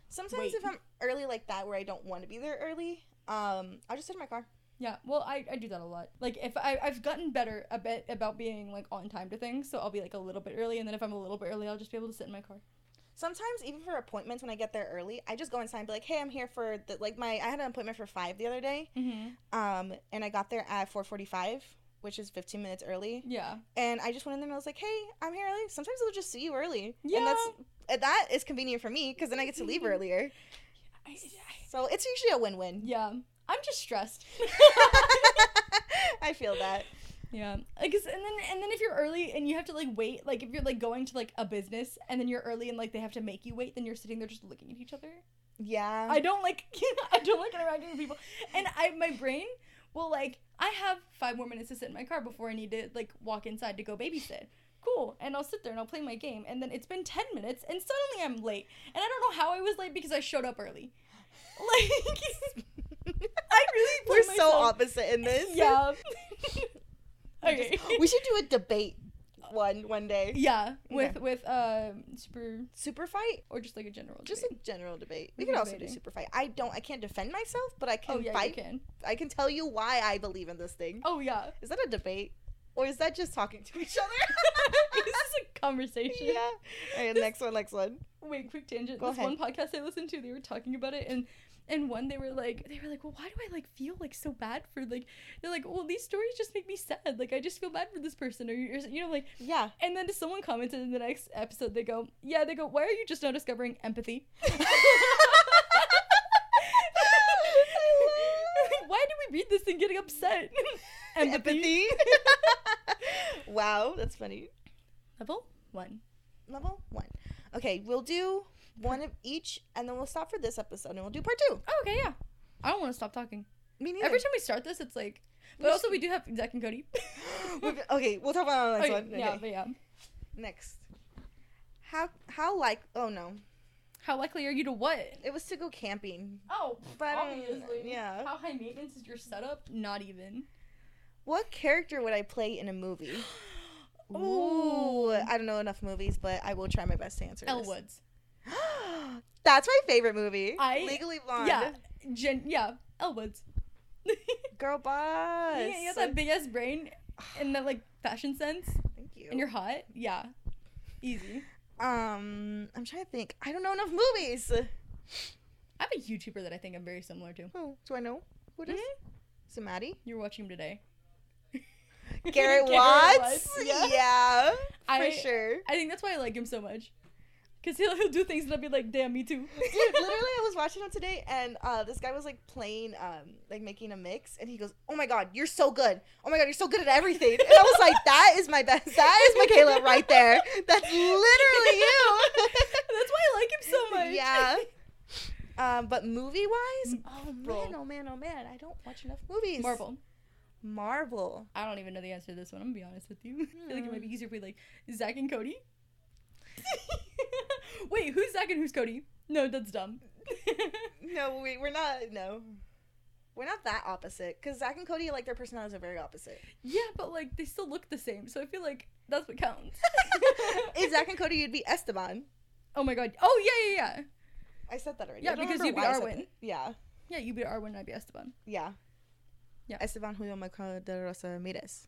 A: Sometimes
B: Wait.
A: if I'm early like that, where I don't want to be there early, um, I'll just sit in my car.
B: yeah, well, I, I do that a lot. Like if I I've gotten better a bit about being like on time to things, so I'll be like a little bit early, and then if I'm a little bit early, I'll just be able to sit in my car.
A: Sometimes even for appointments, when I get there early, I just go inside and be like, hey, I'm here for the like my. I had an appointment for five the other day,
B: Mm-hmm.
A: um, and I got there at four forty five. Which is 15 minutes early.
B: Yeah,
A: And I just went in there and I was like, hey, I'm here early. Sometimes they'll just see you early.
B: Yeah.
A: And
B: Mm-hmm.
A: that's and that is convenient for me because then I get to leave earlier.
B: I,
A: So it's usually a win win.
B: yeah, I'm just *laughs* stressed.
A: *laughs* I feel that.
B: Yeah, because and then and then if you're early and you have to like wait, like if you're like going to like a business and then you're early and like they have to make you wait, then you're sitting there just looking at each other.
A: Yeah.
B: I don't like *laughs* I don't like interacting with people, and I my brain will like I have five more minutes to sit in my car before I need to like walk inside to go babysit. Cool, and I'll sit there and I'll play my game, and then it's been ten minutes, and suddenly I'm late, and I don't know how I was late because I showed up early. *laughs*
A: *laughs*
B: Like I really put
A: We're so
B: myself-
A: opposite in this.
B: Yeah. *laughs*
A: We just-
B: okay.
A: *laughs* we should do a debate one one day.
B: Yeah, with
A: Okay.
B: with um super
A: Super fight?
B: or just like a general.
A: Just a general debate. We
B: We're
A: could also do
B: debating.
A: super fight. I don't I can't defend myself, but I can
B: oh yeah,
A: fight.
B: you can.
A: I can tell you why I believe in this thing.
B: Oh
A: *laughs*
B: yeah, *laughs*
A: Is that a debate? Or is that just talking to each
B: this
A: other?
B: is a conversation.
A: yeah. All right, next one, next one.
B: Wait, quick tangent.
A: Go
B: this one podcast I listened to, they were talking about it, and and one they were like, they were like, well, why do I like feel like so bad for like, they're like, well, these stories just make me sad. Like I just feel bad for this person, or you're, you know, like.
A: Yeah.
B: And then someone commented in the next episode, they go, yeah, they go, why are you just now discovering empathy? *laughs* why do we read this and getting upset?
A: *laughs* Empathy. wow, that's funny.
B: *laughs* Level one.
A: Level one. Okay, we'll do one of each, and then we'll stop for this episode, and we'll do part two.
B: Oh, okay, yeah. I don't want to stop talking.
A: Me neither.
B: Every time we start this, it's like. But also, we do have Zach and Cody.
A: We've- okay, *laughs* we'll talk about it on the next
B: Okay,
A: one. Okay,
B: Yeah, but yeah.
A: next. How how like? Oh no,
B: How likely are you to what?
A: it was to go camping.
B: Oh,
A: But, um, yeah.
B: How high maintenance is your setup?
A: *sighs*
B: Not even.
A: What character would I play in a movie?
B: Ooh.
A: I don't know enough movies, but I will try my best to answer. this.
B: Elwoods.
A: *gasps* That's my favorite movie.
B: I-
A: Legally Blonde.
B: Yeah. Gen- yeah. Elwoods. *laughs*
A: Girl boss.
B: Yeah, you got that big ass brain and that like fashion sense,
A: Thank you.
B: and you're hot. Yeah, easy.
A: Um, I'm trying to think. I don't know enough movies.
B: I have a YouTuber that I think I'm very similar to.
A: Oh, do I know who it is?
B: Mhm.
A: Is it
B: *laughs*
A: Maddie?
B: You're watching him today. *laughs*
A: Garrett Watts? Yeah, for
B: I-
A: sure.
B: I think that's why I like him so much. Cause he'll he'll do things and I'll be like, damn, me too.
A: Dude, literally, I was watching him today, and uh, this guy was like playing, um, like making a mix, and he goes, "Oh my god, you're so good! Oh my god, you're so good at everything!" And I was like, "That is my best. That is Michaela right there. That's *laughs* literally
B: *laughs* that's why I like him so much.
A: you." yeah. Um, but movie wise, oh
B: Bro.
A: man, oh man, oh man, I don't watch enough movies.
B: *laughs* Marvel.
A: Marvel.
B: I don't even know the answer to this one. I'm gonna be honest with you. I feel like it might
A: Hmm.
B: be easier if we like Zach and Cody. *laughs* Wait, who's Zach and who's Cody? No, that's dumb. *laughs*
A: No, we, we're not. No, we're not that opposite. Because Zach and Cody, like their personalities are very opposite. *laughs*
B: yeah, but like they still look the same, so I feel like that's what
A: *laughs*
B: counts.
A: if Zach and Cody, you'd be Esteban.
B: Oh my god. Oh yeah, yeah, yeah.
A: I said that already.
B: Yeah,
A: I don't
B: because
A: remember
B: you'd be
A: why I said
B: Arwen.
A: that. Yeah,
B: Yeah, you be Arwen and I be Esteban.
A: yeah,
B: Yeah.
A: Esteban Julio Marca de Rosa Mires.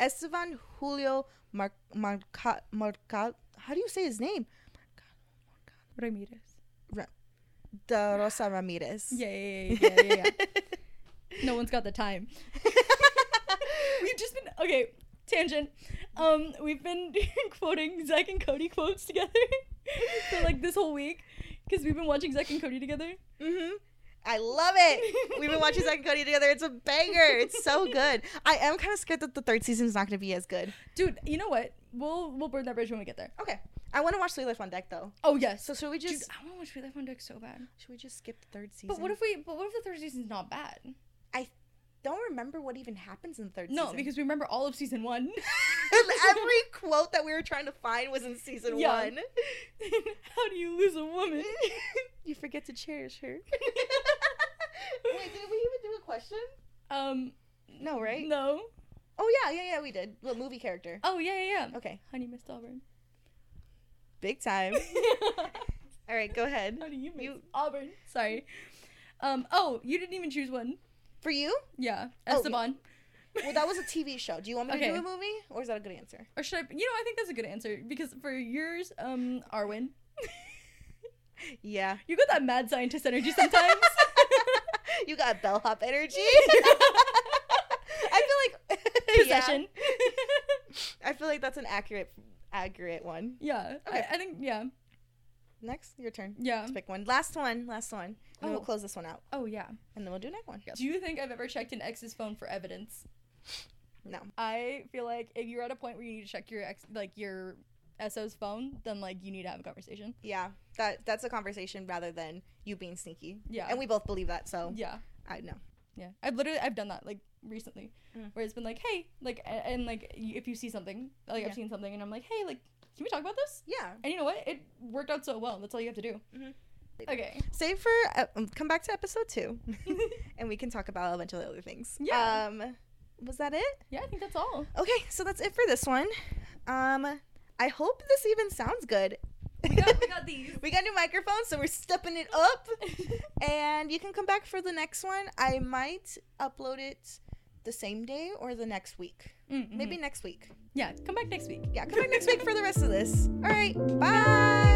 A: Esteban Julio Mar- Marca Marca. How do you say his name?
B: Ramirez.
A: De Rosa Ramirez. *laughs*
B: Yeah, yeah, yeah, yeah, yeah, yeah. no one's got the time. *laughs* We've just been okay. Tangent. Um, we've been *laughs* quoting Zach and Cody quotes together *laughs* for like this whole week because we've been watching Zach and Cody together.
A: hmm I love it. Eh, We've been watching Zach and Cody together. It's a banger. It's so good. I am kind of scared that the third season is not going to be as good.
B: *laughs* Dude, you know what? We'll we'll burn that bridge when we get there.
A: Okay. I want to watch Three Life on Deck though.
B: Oh yes.
A: So should we
B: Dude,
A: just
B: I want to watch Real Life on Deck so bad.
A: should we just skip the third season?
B: But what if we? But what if the third season's not bad?
A: don't remember what even happens in the third
B: no,
A: season.
B: because we remember all of season one.
A: And *laughs* every quote that we were trying to find was in season
B: Yeah.
A: one.
B: *laughs* How do you lose
A: *laughs*
B: a woman?
A: you forget to cherish her. *laughs* Wait, did we even do a question?
B: um,
A: No, right?
B: no.
A: Oh yeah, yeah, yeah, we did. Well, movie character.
B: Oh yeah, yeah, yeah.
A: Okay,
B: Honey, Miss Auburn.
A: big *laughs* time. All right, go
B: *laughs*
A: ahead.
B: How do you miss
A: You-
B: Auburn?
A: *laughs*
B: Sorry. Um. Oh, you didn't even choose one.
A: For you?
B: Yeah,
A: Oh, yeah.
B: Esteban.
A: Well, that was a TV show. Do you want me
B: Okay.
A: to do a movie, or is that a good answer?
B: *laughs* Or should I? You know, I think that's a good answer because for yours, um, Arwen, *laughs*
A: Yeah. *laughs*
B: you got that mad scientist energy sometimes.
A: you got bellhop energy. *laughs*
B: I
A: I feel like *laughs* Yeah.
B: possession.
A: I feel like that's an accurate, accurate one.
B: *laughs* Yeah,
A: Okay.
B: I, I think yeah,
A: Next, your turn.
B: yeah.
A: Let's pick one. Last one. Last one. And then we'll
B: Oh.
A: close this one out,
B: Oh yeah.
A: and then we'll do next one.
B: Do you think I've ever checked an ex's phone for evidence?
A: No.
B: I feel like if you're at a point where you need to check your ex, like your SO's phone, then like you need to have a conversation.
A: Yeah, that that's a conversation rather than you being sneaky.
B: Yeah.
A: And we both believe that, so
B: yeah.
A: I know.
B: Yeah, I've literally I've done that like recently,
A: Mm.
B: where it's been like, hey, like, a- and like y- if you see something, like
A: Yeah.
B: I've seen something, and I'm like, hey, like, can we talk about this?
A: Yeah.
B: And you know what? It worked out so well. That's all you have to do.
A: Mhm.
B: Okay. *laughs*
A: Save for uh, um, come back to episode two, *laughs* and we can talk about a bunch of the other things.
B: Yeah.
A: Um, was that it?
B: yeah, I think
A: *laughs*
B: that's all. *laughs*
A: Okay, so that's it for this one. Um, I hope this even sounds good.
B: We got, we
A: *laughs*
B: got these.
A: We got new microphones, so we're stepping it up. And you can come back for the next one. I might upload it the same day or the next week.
B: Mm, mhm.
A: Maybe next week.
B: Yeah, come back next week.
A: Yeah, come back next week for the rest of this. All right, bye.